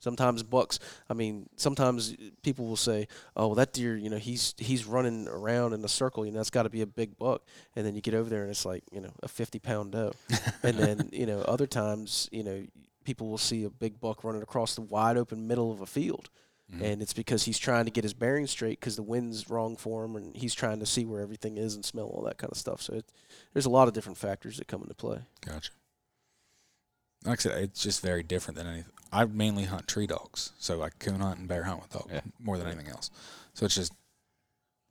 Speaker 2: Sometimes bucks. I mean, sometimes people will say, "Oh, well, that deer, you know, he's he's running around in a circle. You know, that's got to be a big buck." And then you get over there, and it's like, you know, a fifty-pound doe. and then you know, other times, you know, people will see a big buck running across the wide open middle of a field,
Speaker 3: Mm-hmm.
Speaker 1: Mm-hmm.
Speaker 2: and it's because he's trying to get his bearings straight because the wind's wrong for him, and he's trying to see where everything is and smell all that kind of stuff. So it, there's a lot of different factors that come into play.
Speaker 1: Gotcha. Like I said, it's just very different than anything. I mainly hunt tree dogs, so like coon hunt and bear hunt with dogs
Speaker 4: Yeah.
Speaker 1: more than anything else. So it's just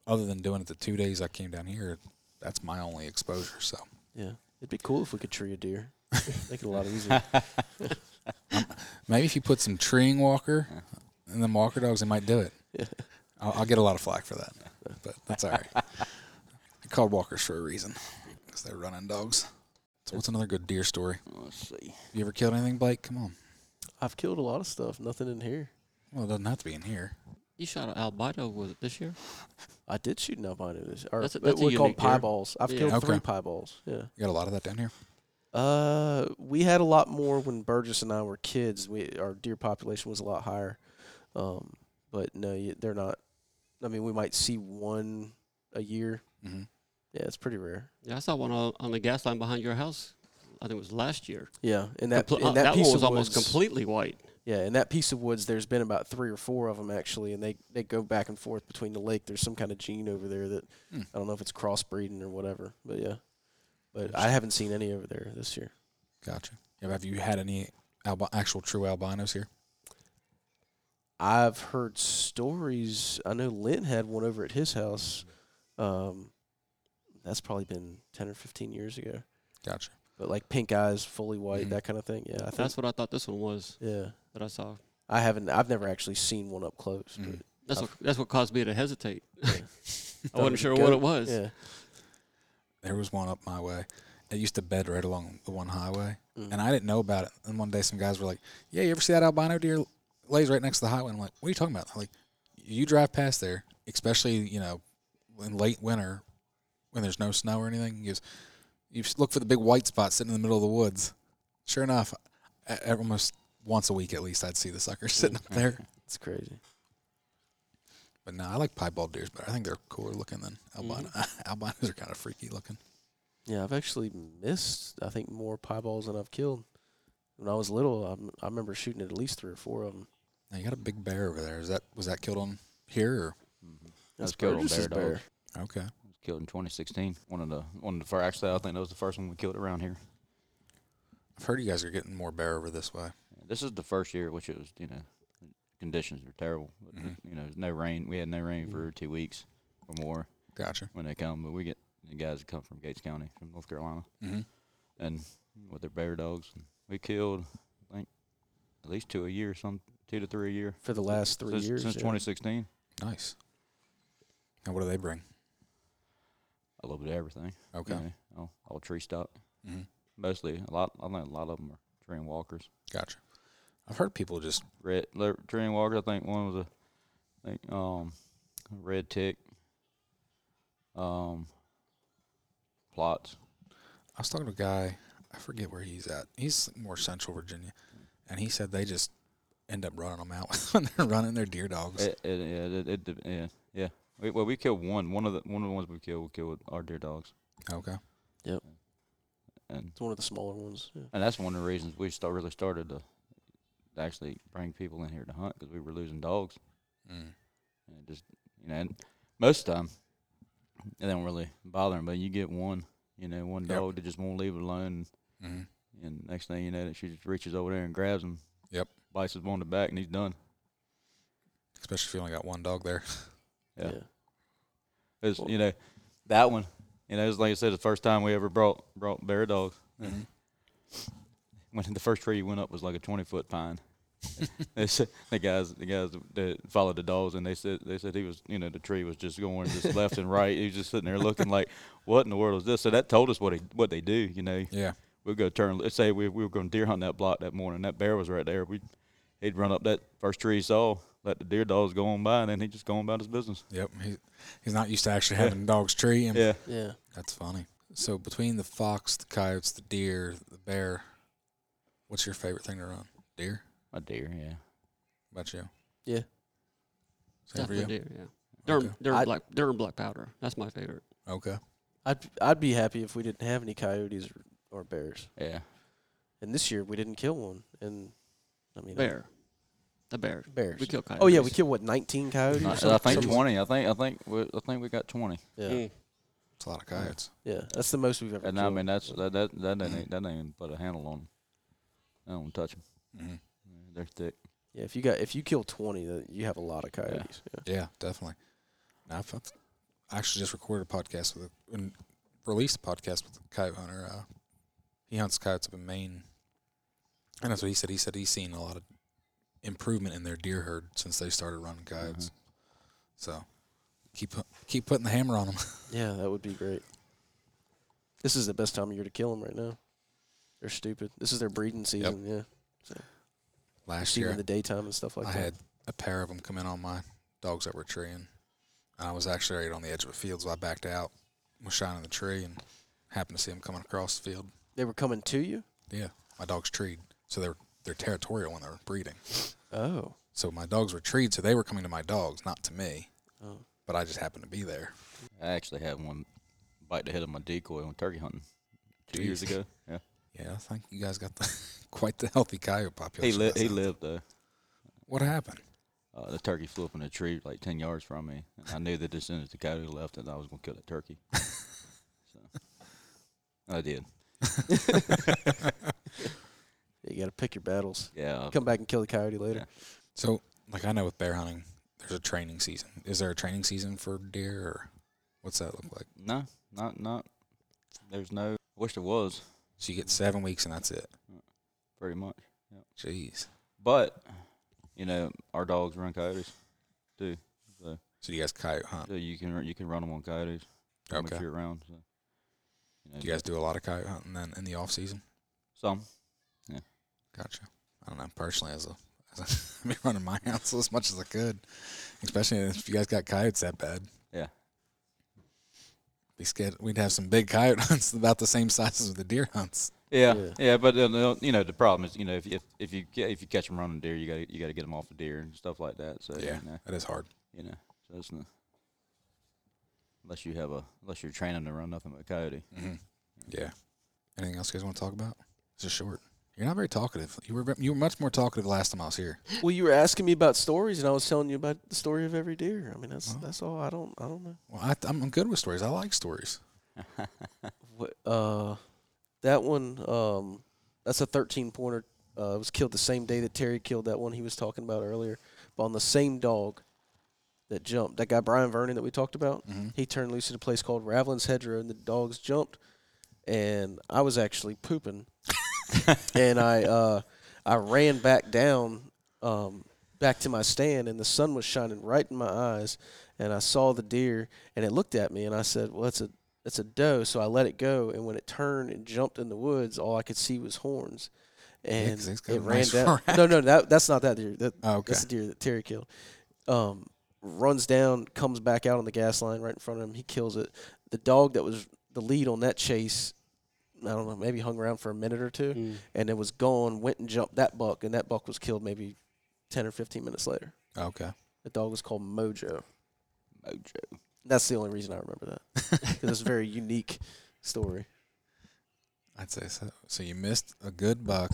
Speaker 1: other than doing it the two days I came down here, that's my only exposure. So
Speaker 2: Yeah, it'd be cool if we could tree a deer. Make it a lot easier.
Speaker 1: Maybe if you put some treeing walker and then walker dogs, they might do it. I'll, I'll get a lot of flack for that, but that's all right. I called walkers for a reason because they're running dogs. So what's another good deer story?
Speaker 4: Let's see.
Speaker 1: You ever killed anything, Blake? Come on.
Speaker 2: I've killed a lot of stuff. Nothing in here.
Speaker 1: Well, it doesn't have to be in here.
Speaker 3: You shot an albino with it this year.
Speaker 2: I did shoot an albino this. Or
Speaker 3: That's a-
Speaker 2: what
Speaker 3: that's a
Speaker 2: we call
Speaker 3: unique deer.
Speaker 2: pieballs. I've
Speaker 3: Yeah.
Speaker 2: killed
Speaker 1: Okay.
Speaker 2: three pieballs. Yeah.
Speaker 1: You got a lot of that down here.
Speaker 2: Uh, we had a lot more when Burgess and I were kids. We our deer population was a lot higher. Um, but no, you- they're not. I mean, we might see one a year.
Speaker 1: Mm-hmm.
Speaker 2: Yeah, it's pretty rare.
Speaker 3: Yeah, I saw one on, on the gas line behind your house. I think it was last year.
Speaker 2: Yeah, and that
Speaker 3: Compl- uh,
Speaker 2: and that, piece
Speaker 3: one was
Speaker 2: of
Speaker 3: almost
Speaker 2: woods-
Speaker 3: completely white.
Speaker 2: Yeah, in that piece of woods, there's been about three or four of them actually, and they, they go back and forth between the lake. There's some kind of gene over there that
Speaker 1: Hmm.
Speaker 2: I don't know if it's crossbreeding or whatever, but yeah. But I haven't seen any over there this year.
Speaker 1: Gotcha. Yeah, have you had any albi- actual true albinos here?
Speaker 2: I've heard stories. I know Lynn had one over at his house. Um, that's probably been ten or fifteen years ago.
Speaker 1: Gotcha.
Speaker 2: But like pink eyes, fully white,
Speaker 1: Mhm.
Speaker 2: that kind of thing. Yeah, I think.
Speaker 3: Mm-hmm. That's what I thought this one was
Speaker 2: yeah,
Speaker 3: that I saw.
Speaker 2: I haven't. I've never actually seen one up close.
Speaker 1: Mhm.
Speaker 3: That's
Speaker 2: I've-
Speaker 3: what, that's what caused me to hesitate. I
Speaker 2: Thought it
Speaker 3: wasn't
Speaker 2: was a
Speaker 3: sure what
Speaker 2: goat.
Speaker 3: it
Speaker 2: But
Speaker 3: was.
Speaker 2: yeah,
Speaker 1: There was one up my way. It used to bed right along the one highway,
Speaker 2: Mm.
Speaker 1: and I didn't know about it. And one day, some guys were like, "Yeah, you ever see that albino deer lays right next to the highway?" And I'm like, "What are you talking about?" They're like, you drive past there, especially you know, in late winter when there's no snow or anything. He goes, "You just look for the big white spot sitting in the middle of the woods." Sure enough, a- a- almost once a week at least, I'd see the sucker sitting up there.
Speaker 2: it's crazy.
Speaker 1: But no, I like piebald deers, but I think they're cooler looking than albino. Albinos are kind of freaky looking.
Speaker 2: Yeah, I've actually missed. I think more pieballs than I've killed. When I was little, I, m- I remember shooting at least three or four of them.
Speaker 1: Now you got a big bear over there. Is that was that killed on here
Speaker 4: That's killed on bear dogs.
Speaker 1: or okay?
Speaker 4: Killed in 2016. One of the one of the first. Actually, I think that was the first one we killed around here.
Speaker 1: I've heard you guys are getting more bear over this way.
Speaker 4: This is the first year, which it was, you know, conditions were terrible. But,
Speaker 1: Mhm.
Speaker 4: You know, there's no rain. We had no rain
Speaker 2: Mhm.
Speaker 4: for two weeks or more
Speaker 1: Gotcha.
Speaker 4: when they come. But we get the guys that come from Gates County, from North Carolina,
Speaker 1: Mm-hmm.
Speaker 4: and with their bear dogs. And we killed, I think, at least two a year, some two to three a year.
Speaker 2: for the last three
Speaker 4: since,
Speaker 2: years.
Speaker 4: since
Speaker 2: yeah.
Speaker 4: 2016.
Speaker 1: Nice. And what do they bring?
Speaker 4: A little bit of everything.
Speaker 1: Okay.
Speaker 4: You know, all, all tree stock.
Speaker 1: Mm-hmm.
Speaker 4: Mostly a lot. I think a lot of them are tree and walkers.
Speaker 1: Gotcha. I've heard people just
Speaker 4: red le- tree and walker. I think one was a, I think um, red tick. Um, plots.
Speaker 1: I was talking to a guy, I forget where he's at. He's more central Virginia. And he said they just end up running them out when they're running their deer dogs.
Speaker 4: It, it, yeah, it, it, dep- yeah, yeah. We, well, we killed one. One of the one of the ones we killed, we killed our deer dogs,
Speaker 1: Okay.
Speaker 4: and
Speaker 2: It's one of the smaller ones. Yeah.
Speaker 4: and that's one of the reasons we start really started to, to actually bring people in here to hunt because we were losing dogs,
Speaker 1: Mm.
Speaker 4: and it just you know, and most of the time, it don't really bother them. But you get one, you know, one
Speaker 1: Yep.
Speaker 4: dog that just won't leave it alone.
Speaker 1: hmm
Speaker 4: And next thing you know, that she just reaches over there and grabs him.
Speaker 1: Yep.
Speaker 4: Bites him on the back, and he's done.
Speaker 1: Especially if you only got one dog there.
Speaker 4: Yeah.
Speaker 2: Yeah.
Speaker 4: It's
Speaker 2: Well-
Speaker 4: you know, that one. You know, it's like I said, the first time we ever brought brought bear dogs.
Speaker 1: Mhm.
Speaker 4: When the first tree you went up was like a twenty foot pine. they said the guys the guys that followed the dogs and they said they said he was you know the tree was just going just left and right. He was just sitting there looking like, what in the world is this? So that told us what he what they do. You know,
Speaker 1: Yeah.
Speaker 4: we'll go turn. Let's say we, we were going deer hunt that block that morning. That bear was right there. We, he'd run up that first tree he saw, let the deer dogs go on by, and then he just go on about his business.
Speaker 1: Yep. He, he's not used to actually having dogs tree and
Speaker 4: Yeah,
Speaker 2: Yeah.
Speaker 1: That's funny. So between the fox, the coyotes, the deer, the bear, what's your favorite thing to run? Deer?
Speaker 4: a deer. Yeah,
Speaker 1: How about you?
Speaker 2: Yeah.
Speaker 1: Same for you?
Speaker 3: Definitely deer, yeah. Durham,
Speaker 1: Okay.
Speaker 3: Durham,
Speaker 2: I-
Speaker 3: black, Durham black powder. That's my favorite.
Speaker 1: Okay.
Speaker 2: I'd I'd be happy if we didn't have any coyotes or, or bears.
Speaker 4: yeah.
Speaker 2: And this year we didn't kill one. And I mean
Speaker 3: Bear. The bear.
Speaker 2: bears.
Speaker 3: We kill coyotes.
Speaker 2: oh yeah, we killed what nineteen coyotes.
Speaker 4: I,
Speaker 2: or
Speaker 4: Uh, I
Speaker 2: something?
Speaker 4: think twenty. I think I think we, I think we got twenty.
Speaker 2: Yeah,
Speaker 3: Mm.
Speaker 1: It's a lot of coyotes.
Speaker 2: yeah, that's the most we've ever.
Speaker 4: And I
Speaker 2: killed.
Speaker 4: mean that's that that that ain't that ain't even put a handle on. 'em. I don't touch them.
Speaker 1: Mm-hmm.
Speaker 4: They're thick.
Speaker 2: yeah, if you got if you kill twenty, that you have a lot of coyotes. Yeah.
Speaker 1: Yeah, definitely. Now, I've, I've- I actually just recorded a podcast with a, and released a podcast with a coyote hunter. Uh, he hunts coyotes up in Maine, and that's what he said. He said he's seen a lot of improvement in their deer herd since they started running coyotes. So keep hu- keep putting the hammer on them.
Speaker 2: yeah, that would be great. This is the best time of year to kill them right now. They're stupid. This is their breeding season. Yeah,
Speaker 1: Last
Speaker 2: see them
Speaker 1: year,
Speaker 2: in the daytime and stuff like
Speaker 1: I
Speaker 2: that.
Speaker 1: had a pair of them come in on my dogs that were treeing. And I was actually right on the edge of a field, so I backed out, was shining the tree, and happened to see them coming across the field.
Speaker 2: They were coming to you.
Speaker 1: Yeah, my dogs treed, so they're they're territorial when they're breeding.
Speaker 2: Oh,
Speaker 1: So my dogs were treed, so they were coming to my dogs, not to me.
Speaker 2: oh,
Speaker 1: But I just happened to be there.
Speaker 4: I actually had one bite the head of my decoy on turkey hunting two
Speaker 1: Jeez.
Speaker 4: years ago. Yeah,
Speaker 1: Yeah, I think you guys got the quite the healthy coyote
Speaker 4: he
Speaker 1: population.
Speaker 4: li-
Speaker 1: that
Speaker 4: he
Speaker 1: sounds.
Speaker 4: lived though.
Speaker 1: What happened?
Speaker 4: Uh, the turkey flew up in a tree like ten yards from me, and I knew that as soon as the coyote left, that I was gonna kill that turkey. so I did.
Speaker 2: you got to pick your battles.
Speaker 4: Yeah.
Speaker 1: Oh.
Speaker 2: Come back and kill the coyote later.
Speaker 4: Yeah.
Speaker 1: So like I know with bear hunting, there's a training season. Is there a training season for deer, or what's that look like?
Speaker 4: No, not not. There's no. Wish there was.
Speaker 1: So you get seven weeks and that's it.
Speaker 4: Pretty much.
Speaker 1: Jeez.
Speaker 4: But you know, our dogs run coyotes too. So,
Speaker 1: So you guys coyote hunt?
Speaker 4: so you can you can run them on coyotes. pretty much
Speaker 1: Okay.
Speaker 4: year round. So, you know,
Speaker 1: Do you guys do a lot of coyote hunting then in the off season?
Speaker 4: some?
Speaker 1: Gotcha. I don't know personally as a. as a- I've been running my house as much as I could, especially if you guys got coyotes that bad.
Speaker 4: Yeah.
Speaker 1: Be scared. We'd have some big coyote hunts about the same size as the deer hunts.
Speaker 4: Yeah,
Speaker 2: Yeah.
Speaker 4: yeah, but then they'll- you know the problem is you know if if, if you ca- if you catch them running deer, you got to you got to get them off the deer and stuff like that. So
Speaker 1: Yeah,
Speaker 4: you know,
Speaker 1: that is hard.
Speaker 4: you know so it's not, unless you have a unless you're training to run nothing but coyote.
Speaker 2: Mm-hmm.
Speaker 1: hmm Yeah. Anything else you guys want to talk about? This is short. You're not very talkative. You were ve- you were much more talkative last time I was here.
Speaker 2: Well, you were asking me about stories, and I was telling you about the story of every deer. I mean, that's that's all. I don't I don't know.
Speaker 1: Well, I, I'm good with stories. I like stories.
Speaker 2: What, uh, that one. Um, that's a thirteen pointer. Uh, it was killed the same day that Terry killed that one he was talking about earlier. But on the same dog that jumped, that guy Brian Vernon that we talked about, he turned loose at a place called Ravelin's Hedgerow, and the dogs jumped. And I was actually pooping, and I uh, I ran back down um, back to my stand, and the sun was shining right in my eyes, and I saw the deer, and it looked at me, and I said, "Well, it's a it's a doe," so I let it go, and when it turned and jumped in the woods, all I could see was horns, and
Speaker 1: 'cause it's got
Speaker 2: it
Speaker 1: a
Speaker 2: ran
Speaker 1: nice
Speaker 2: down.
Speaker 1: rack.
Speaker 2: No, no, that that's not that deer. That,
Speaker 1: Oh, okay.
Speaker 2: That's the deer that Terry killed. Um, runs down, comes back out on the gas line right in front of him. He kills it. The dog that was the lead on that chase, I don't know, maybe hung around for a minute or two
Speaker 1: Mm-hmm.
Speaker 3: Mm.
Speaker 2: and it was gone, went and jumped that buck, and that buck was killed maybe 10 or 15 minutes later.
Speaker 1: Oh, Okay.
Speaker 2: The dog was called Mojo.
Speaker 4: Mojo.
Speaker 2: That's the only reason I remember that because it's a very unique story.
Speaker 1: I'd say so. So you missed a good buck.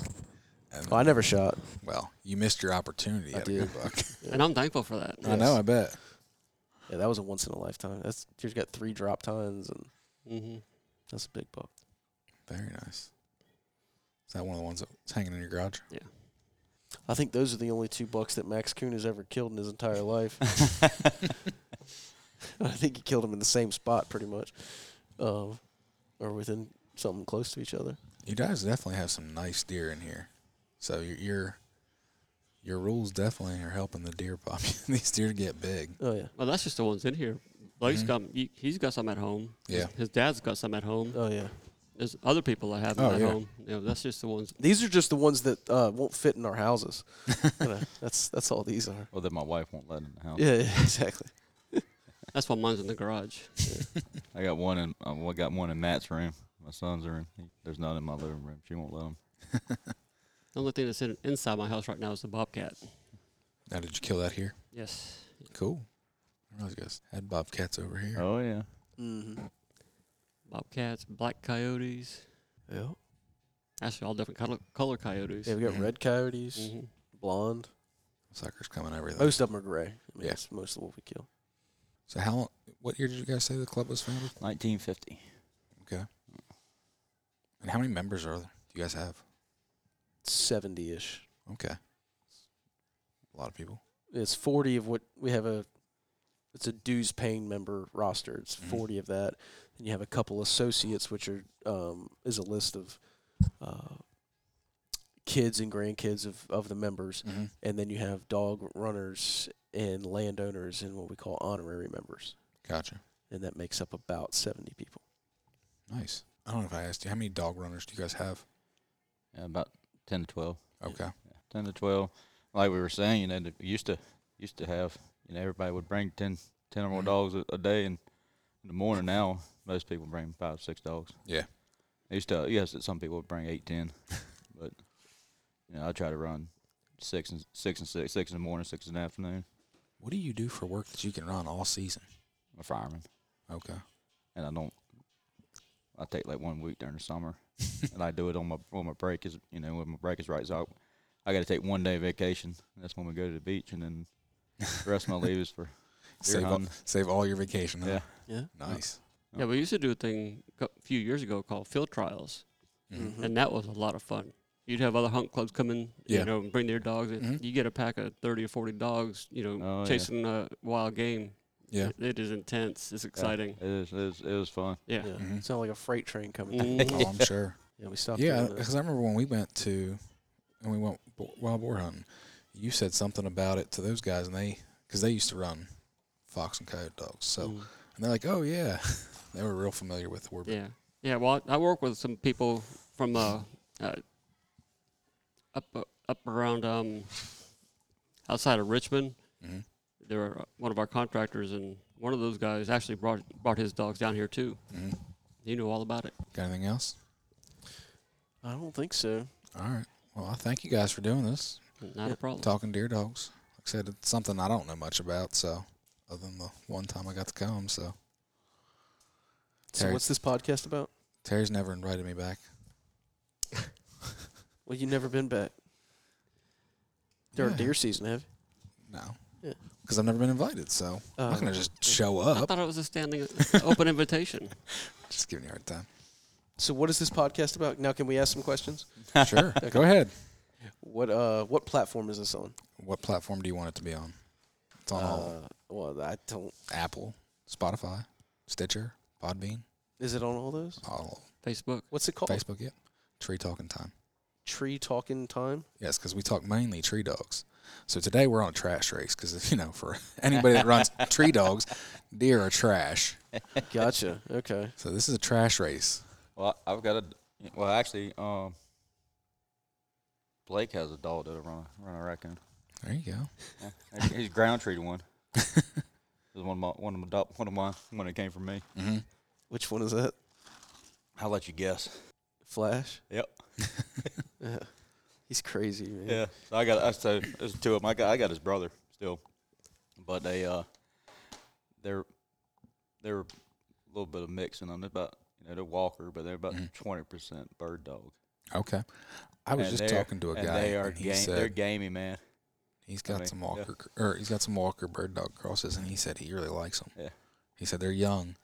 Speaker 1: And,
Speaker 2: Oh, I never shot.
Speaker 1: well, you missed your opportunity
Speaker 2: I
Speaker 1: at a good
Speaker 2: did.
Speaker 1: buck.
Speaker 3: And I'm thankful for that.
Speaker 1: I know. I bet.
Speaker 2: Yeah, that was a once in a lifetime. That's deer's got three drop tons, and
Speaker 3: hmm
Speaker 2: that's a big buck.
Speaker 1: Very nice. Is that one of the ones that's hanging in your garage?
Speaker 2: I think those are the only two bucks that Max Kuhn has ever killed in his entire life. I think he killed them in the same spot, pretty much, um, or within something close to each other.
Speaker 1: You guys definitely have some nice deer in here. So your your, your rules definitely are helping the deer pop. These deer get big.
Speaker 2: Oh yeah,
Speaker 3: Well, that's just the ones in here. Blake's
Speaker 1: Mhm.
Speaker 3: got he, he's got some at home. His-
Speaker 1: Yeah.
Speaker 3: His, dad's got some at home.
Speaker 2: oh yeah.
Speaker 3: There's other people that have them
Speaker 1: Oh,
Speaker 3: at
Speaker 1: yeah.
Speaker 3: home. You know, that's just the ones.
Speaker 2: These are just the ones that uh, won't fit in our houses. You know, that's that's all these are.
Speaker 4: Well, then my wife won't let 'em in the house.
Speaker 2: Yeah, yeah, exactly.
Speaker 3: That's why mine's in the garage.
Speaker 4: I got one in uh, well, I got one in Matt's room, my son's room. He, there's none in my living room. She won't let him.
Speaker 3: The only thing that's in, inside my house right now is the bobcat.
Speaker 1: Now, did you kill that here?
Speaker 3: Yes.
Speaker 1: Cool. I realize you guys had bobcats over here.
Speaker 4: Oh yeah.
Speaker 2: Mm-hmm.
Speaker 3: Bobcats, black coyotes.
Speaker 2: Yeah.
Speaker 3: Actually, all different color, color coyotes.
Speaker 2: Yeah, we got
Speaker 1: Mhm.
Speaker 2: red coyotes,
Speaker 3: hmm
Speaker 2: blonde.
Speaker 1: Suckers coming everything.
Speaker 2: Most of them are gray. I mean,
Speaker 1: Yeah.
Speaker 2: that's most of what we kill.
Speaker 1: So how? long- What year did you guys say the club was founded?
Speaker 4: 1950.
Speaker 1: And how many members are there? Do you guys have?
Speaker 2: Seventy-ish.
Speaker 1: Okay. A lot of people.
Speaker 2: It's forty of what we have a. It's a dues paying member roster. It's
Speaker 1: Mhm.
Speaker 2: forty of that, and you have a couple associates, which are um, is a list of uh, kids and grandkids of, of the members.
Speaker 1: Mm-hmm.
Speaker 2: and then you have dog runners and landowners and what we call honorary members,
Speaker 1: Gotcha.
Speaker 2: and that makes up about 70 people.
Speaker 1: Nice. I don't know if I asked you how many dog runners do you guys have?
Speaker 4: Yeah, about 10 to 12.
Speaker 1: Okay.
Speaker 4: Yeah, 10 to 12. Like we were saying, you know, that we used to used to have, you know, everybody would bring 10, 10 or more
Speaker 1: Mhm.
Speaker 4: dogs a, a day, and in the morning now, most people bring five, six dogs.
Speaker 1: Yeah.
Speaker 4: I used to, yes, that some people would bring eight, ten, but you know, I try to run six and six and six, six in the morning, six in the afternoon.
Speaker 1: What do you do for work that you can run all season?
Speaker 4: I'm a fireman,
Speaker 1: Okay.
Speaker 4: and I don't. I take like one week during the summer, and I do it on my when my break is, you know, when my break is right. So I, I got to take one day vacation. and That's when we go to the beach, and then the rest of my leave is for deer
Speaker 1: save all,
Speaker 4: hunting.
Speaker 1: save all your vacation. Huh?
Speaker 4: Yeah.
Speaker 2: Yeah.
Speaker 1: Nice.
Speaker 3: Yeah, we used to do a thing a few years ago called field trials,
Speaker 1: Mhm.
Speaker 2: Mhm.
Speaker 3: and that was a lot of fun. You'd have other hunt clubs come in,
Speaker 1: Yeah.
Speaker 3: you know, and bring their dogs. If
Speaker 1: Mhm.
Speaker 3: You get a pack of 30 or 40 dogs, you know,
Speaker 4: Oh, yeah.
Speaker 3: chasing a wild game.
Speaker 1: Yeah.
Speaker 3: It- it is intense. It's
Speaker 4: Yeah,
Speaker 3: exciting.
Speaker 4: it, is, it, is, it was fun.
Speaker 3: Yeah.
Speaker 2: Yeah.
Speaker 1: Mhm.
Speaker 2: Sound like a freight train coming.
Speaker 3: Mhm.
Speaker 2: through.
Speaker 1: Oh, I'm sure.
Speaker 2: Yeah, we stopped.
Speaker 1: Yeah,
Speaker 2: doing that.
Speaker 1: because I remember when we went to, and we went bo- wild boar hunting. You said something about it to those guys, and they, because they used to run fox and coyote dogs. So,
Speaker 2: Mm.
Speaker 1: and they're like, "Oh yeah," they were real familiar with the word.
Speaker 3: Yeah, yeah. Well, I I work with some people from uh, uh up uh, up around um outside of Richmond.
Speaker 1: Mhm.
Speaker 3: There are one of our contractors, and one of those guys actually brought brought his dogs down here too.
Speaker 1: Mhm.
Speaker 3: You know all about it.
Speaker 1: Got anything else?
Speaker 2: I don't think so.
Speaker 1: All right. Well, I thank you guys for doing this,
Speaker 3: Not
Speaker 2: Yeah.
Speaker 3: a problem.
Speaker 1: talking deer dogs. Like I said, it's something I don't know much about. So, other than the one time I got to come, so
Speaker 2: So
Speaker 1: Terry.
Speaker 2: what's this podcast about?
Speaker 1: Terry's never invited me back.
Speaker 2: Well, you've never been back during
Speaker 1: Yeah.
Speaker 2: deer season, have you?
Speaker 1: No.
Speaker 2: Yeah.
Speaker 1: Because I've never been invited, so I'm not
Speaker 2: Uh,
Speaker 1: gonna just show
Speaker 3: Oh. I
Speaker 1: up.
Speaker 3: thought it was a standing open invitation.
Speaker 1: Just giving you a hard time.
Speaker 2: so what is this podcast about? Now, can we ask some questions?
Speaker 1: Sure. Go ahead.
Speaker 2: What uh, what platform is this on?
Speaker 1: What platform do you want it to be on? It's on all
Speaker 2: Uh, well, I don't.
Speaker 1: Apple, Spotify, Stitcher, Podbean,
Speaker 2: Is it on all those?
Speaker 1: all
Speaker 3: Facebook.
Speaker 2: What's it called?
Speaker 1: Facebook. Yep. Tree talking time.
Speaker 2: Tree talking time.
Speaker 1: Yes, because we talk mainly tree dogs. So today we're on a trash race because you know for anybody that runs tree dogs, deer are trash.
Speaker 2: Gotcha. Okay.
Speaker 1: So this is a trash race.
Speaker 4: Well, I- I've got a. Well, actually, um, Blake has a dog that'll run a, run a raccoon.
Speaker 1: There you go.
Speaker 4: Yeah, he's- He's ground treated one. It was one of my one of my dog, one of mine one that came from me.
Speaker 1: Mm-hmm.
Speaker 2: Which one is that?
Speaker 4: I'll let you guess.
Speaker 2: Flash.
Speaker 4: Yep.
Speaker 2: Yeah. He's crazy, man.
Speaker 4: Yeah. So I got I so there's two of them. I got I got his brother still, but they uh they're they're a little bit of mix in them. They're about you know they're walker, but they're about
Speaker 1: Mhm.
Speaker 4: 20 percent bird dog.
Speaker 1: Okay. I was
Speaker 4: And
Speaker 1: just
Speaker 4: they're-
Speaker 1: talking to a
Speaker 4: and
Speaker 1: guy,
Speaker 4: They are
Speaker 1: and he
Speaker 4: game. they're
Speaker 1: said
Speaker 4: gamey, man.
Speaker 1: he's got
Speaker 4: mean,
Speaker 1: some
Speaker 4: yeah.
Speaker 1: Walker or he's got some Walker bird dog crosses, and he said he really likes them.
Speaker 4: Yeah.
Speaker 1: He said they're young,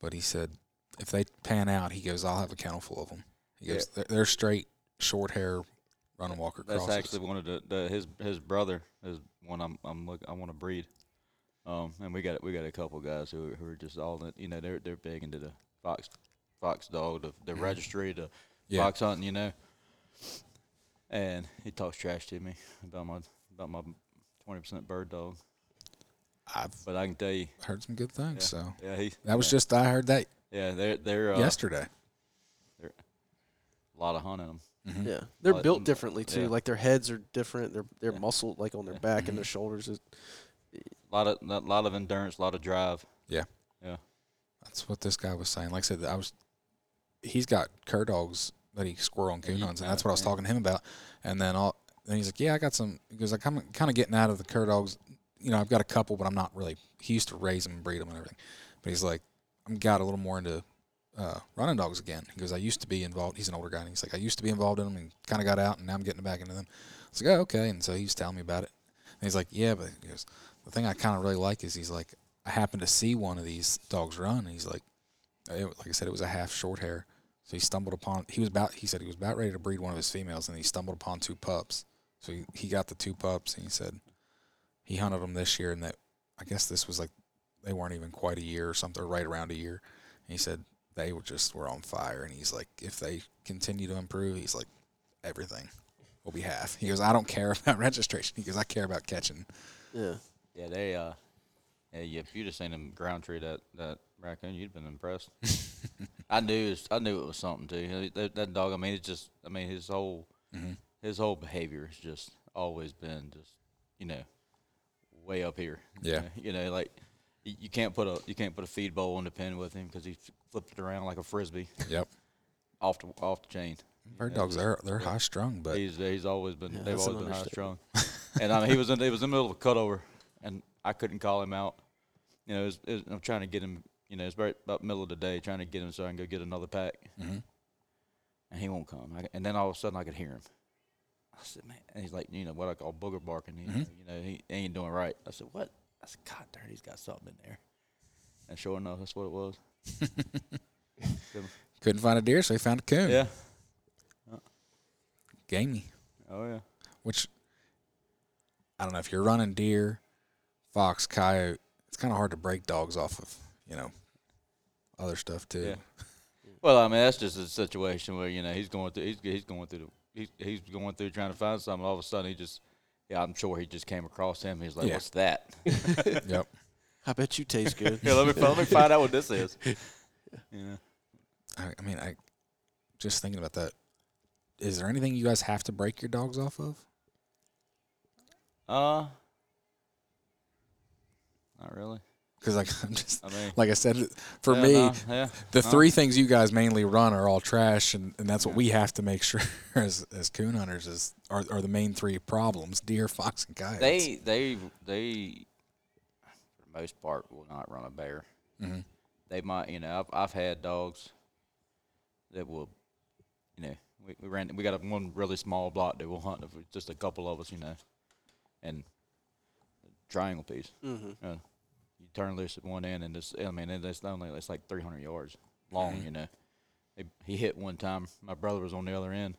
Speaker 1: but he said if they pan out, he goes, I'll have a kennel full of them. He
Speaker 4: Yeah.
Speaker 1: goes, they're, they're straight, short hair, running Walker
Speaker 4: That's
Speaker 1: crosses.
Speaker 4: actually one of the, the his his brother is one I'm I'm look I want to breed. Um, and we got we got a couple guys who are- who are just all in, you know they're they're big into the fox fox dog the, the registry the
Speaker 1: yeah.
Speaker 4: fox hunting you know. And he talks trash to me about my about my twenty percent bird dog,
Speaker 1: I've
Speaker 4: but I can tell you,
Speaker 1: heard some good things. So
Speaker 4: yeah, he
Speaker 1: that was just I heard that
Speaker 4: yeah they're they're uh,
Speaker 1: yesterday.
Speaker 4: a lot of hunting them.
Speaker 1: Mhm.
Speaker 2: Yeah, they're
Speaker 4: Like,
Speaker 2: built
Speaker 4: um,
Speaker 2: differently too.
Speaker 4: yeah.
Speaker 2: Like their heads are different. Their their
Speaker 4: Yeah.
Speaker 2: muscle, like on their
Speaker 4: Yeah.
Speaker 2: back
Speaker 1: Mhm.
Speaker 2: and their shoulders, is
Speaker 4: A lot of a lot of endurance, a lot of drive.
Speaker 1: That's what this guy was saying. Like I said, I was. He's got cur dogs that he squirrel and
Speaker 4: Yeah,
Speaker 1: coon
Speaker 4: you
Speaker 1: hunts, and
Speaker 4: know,
Speaker 1: that's what I was
Speaker 4: yeah.
Speaker 1: talking to him about. And then all, then he's like, "Yeah, I got some." He goes, "Like I'm kind of getting out of the cur dogs. You know, I've got a couple, but I'm not really. He used to raise them, and breed them, and everything. But he's like, I'm got a little more into uh, running dogs again. He goes, I used to be involved. He's an older guy, and he's like, I used to be involved in them, and kind of got out, and now I'm getting back into them. I was like, oh, okay. And so he's telling me about it. And he's like, yeah, but he goes, the thing I kind of really like is he's like, I happened to see one of these dogs run. And he's like, it, was- like I said, it was a half short hair. So he stumbled upon, he was about, he said he was about ready to breed one of his females and he stumbled upon two pups. So he, he got the two pups and he said he hunted them this year and that, I guess this was like, they weren't even quite a year or something, or right around a year. And he said they were just, were on fire. And he's like, if they continue to improve, he's like, everything will be half. He goes, I don't care about registration. He goes, I care about catching.
Speaker 2: yeah.
Speaker 4: Yeah, they uh, yeah, you- if you'd have seen him ground tree that that raccoon, you'd been impressed. I knew it was, I knew it was something too. You know, That, that dog, I mean, it's just, I mean, his whole his whole behavior has just always been just, you know, way up here. you
Speaker 1: Yeah.
Speaker 4: know? you know, like y- you can't put a you can't put a feed bowl in the pen with him because he f- flipped it around like a frisbee
Speaker 1: Yep.
Speaker 4: off the off the chain. you
Speaker 1: Bird
Speaker 4: know,
Speaker 1: dogs,
Speaker 4: just-
Speaker 1: they're they're
Speaker 4: yeah.
Speaker 1: high strung, but
Speaker 4: he's he's always been
Speaker 2: Yeah,
Speaker 4: they've
Speaker 2: that's an
Speaker 4: always been high strung. and I mean, he was in he was in the middle of a cutover, and I couldn't call him out. You know, it was, it was- I'm trying to get him. You know, it's about, about middle of the day trying to get him so I can go get another pack,
Speaker 1: Mhm.
Speaker 4: and he won't come. I, and then all of a sudden, I could hear him. I said, "Man," and he's like, you know, what I call booger barking. He,
Speaker 2: Mm-hmm.
Speaker 4: You know, he ain't doing right. I said, "What?" I said, "God darn, he's got something in there." And sure enough, that's what it was.
Speaker 2: Hmm.
Speaker 1: couldn't find a deer, so he found a coon.
Speaker 4: Yeah.
Speaker 1: gamey.
Speaker 4: Oh yeah.
Speaker 1: Which I don't know if you're running deer, fox, coyote. It's kind of hard to break dogs off of you know other stuff too.
Speaker 4: Yeah. Well, I mean, that's just a situation where you know he's going through. He's, he's going through. The, he's, he's going through trying to find something. All of a sudden, he just. Yeah, I'm sure he just came across him. He's like,
Speaker 1: Yeah.
Speaker 4: "What's that?"
Speaker 1: yep.
Speaker 2: I bet you taste good.
Speaker 4: Here, let me let me find out what this is. Yeah.
Speaker 1: I, I mean, I just thinking about that. Is there anything you guys have to break your dogs off of?
Speaker 4: Uh. Not really.
Speaker 1: Because like I'm just
Speaker 4: I mean,
Speaker 1: like I said, for
Speaker 4: yeah,
Speaker 1: me,
Speaker 4: no, yeah.
Speaker 1: the
Speaker 4: no.
Speaker 1: three things you guys mainly run are all trash, and, and that's what we have to make sure as as coon hunters is are, are the main three problems: deer, fox, and coyotes.
Speaker 4: they they they for the most part will not run a bear.
Speaker 1: Mhm.
Speaker 4: They might, you know. I've I've had dogs that will, you know, we, we ran we got a, one really small block that will hunt if it's just a couple of us, you know, and triangle piece.
Speaker 2: Mhm.
Speaker 4: Uh, you turn loose at one end, and this I mean, and it's only it's like 300 yards long, you know. He, he hit one time. My brother was on the other end.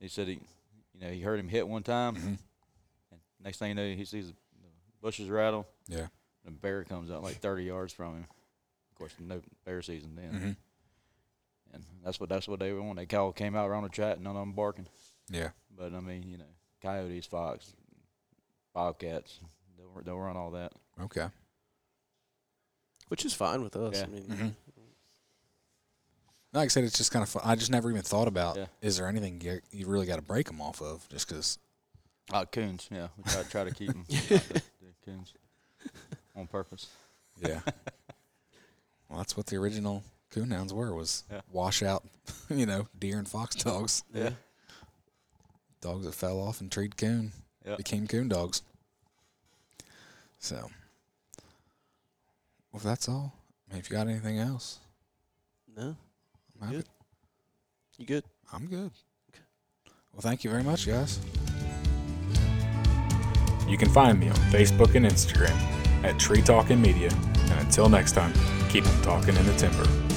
Speaker 4: He said he, you know, he heard him hit one time.
Speaker 1: mm-hmm,
Speaker 4: And next thing you know, he sees the bushes rattle,
Speaker 1: yeah,
Speaker 4: and a bear comes out like 30 yards from him. Of course, no bear season then.
Speaker 1: Mhm.
Speaker 4: And that's what that's what they were on. They all came out around the track, none of them barking.
Speaker 1: yeah,
Speaker 4: But I mean, you know, coyotes, fox, bobcats, they'll, they'll run all that.
Speaker 1: okay.
Speaker 2: Which is fine with us.
Speaker 4: Yeah.
Speaker 2: I mean,
Speaker 1: Mm-hmm. Like I said, it's just kind of fun. I just never even thought about
Speaker 4: Yeah.
Speaker 1: is there anything you, you really got to break them off of? Just because
Speaker 4: Uh, coons, yeah. We try, try to keep them. the, coons on purpose.
Speaker 1: Yeah. well, that's what the original coon hounds were was
Speaker 4: Yeah.
Speaker 1: wash out, you know, deer and fox dogs.
Speaker 4: Yeah.
Speaker 1: Dogs that fell off and treed coon
Speaker 4: Yeah.
Speaker 1: became coon dogs. So, well, if that's all. I mean, if you got anything else,
Speaker 2: no,
Speaker 1: I'm, happy-
Speaker 2: Good. you good?
Speaker 1: I'm good. Well, thank you very much, guys. You can find me on Facebook and Instagram at Tree Talking Media. And until next time, keep talking in the timber.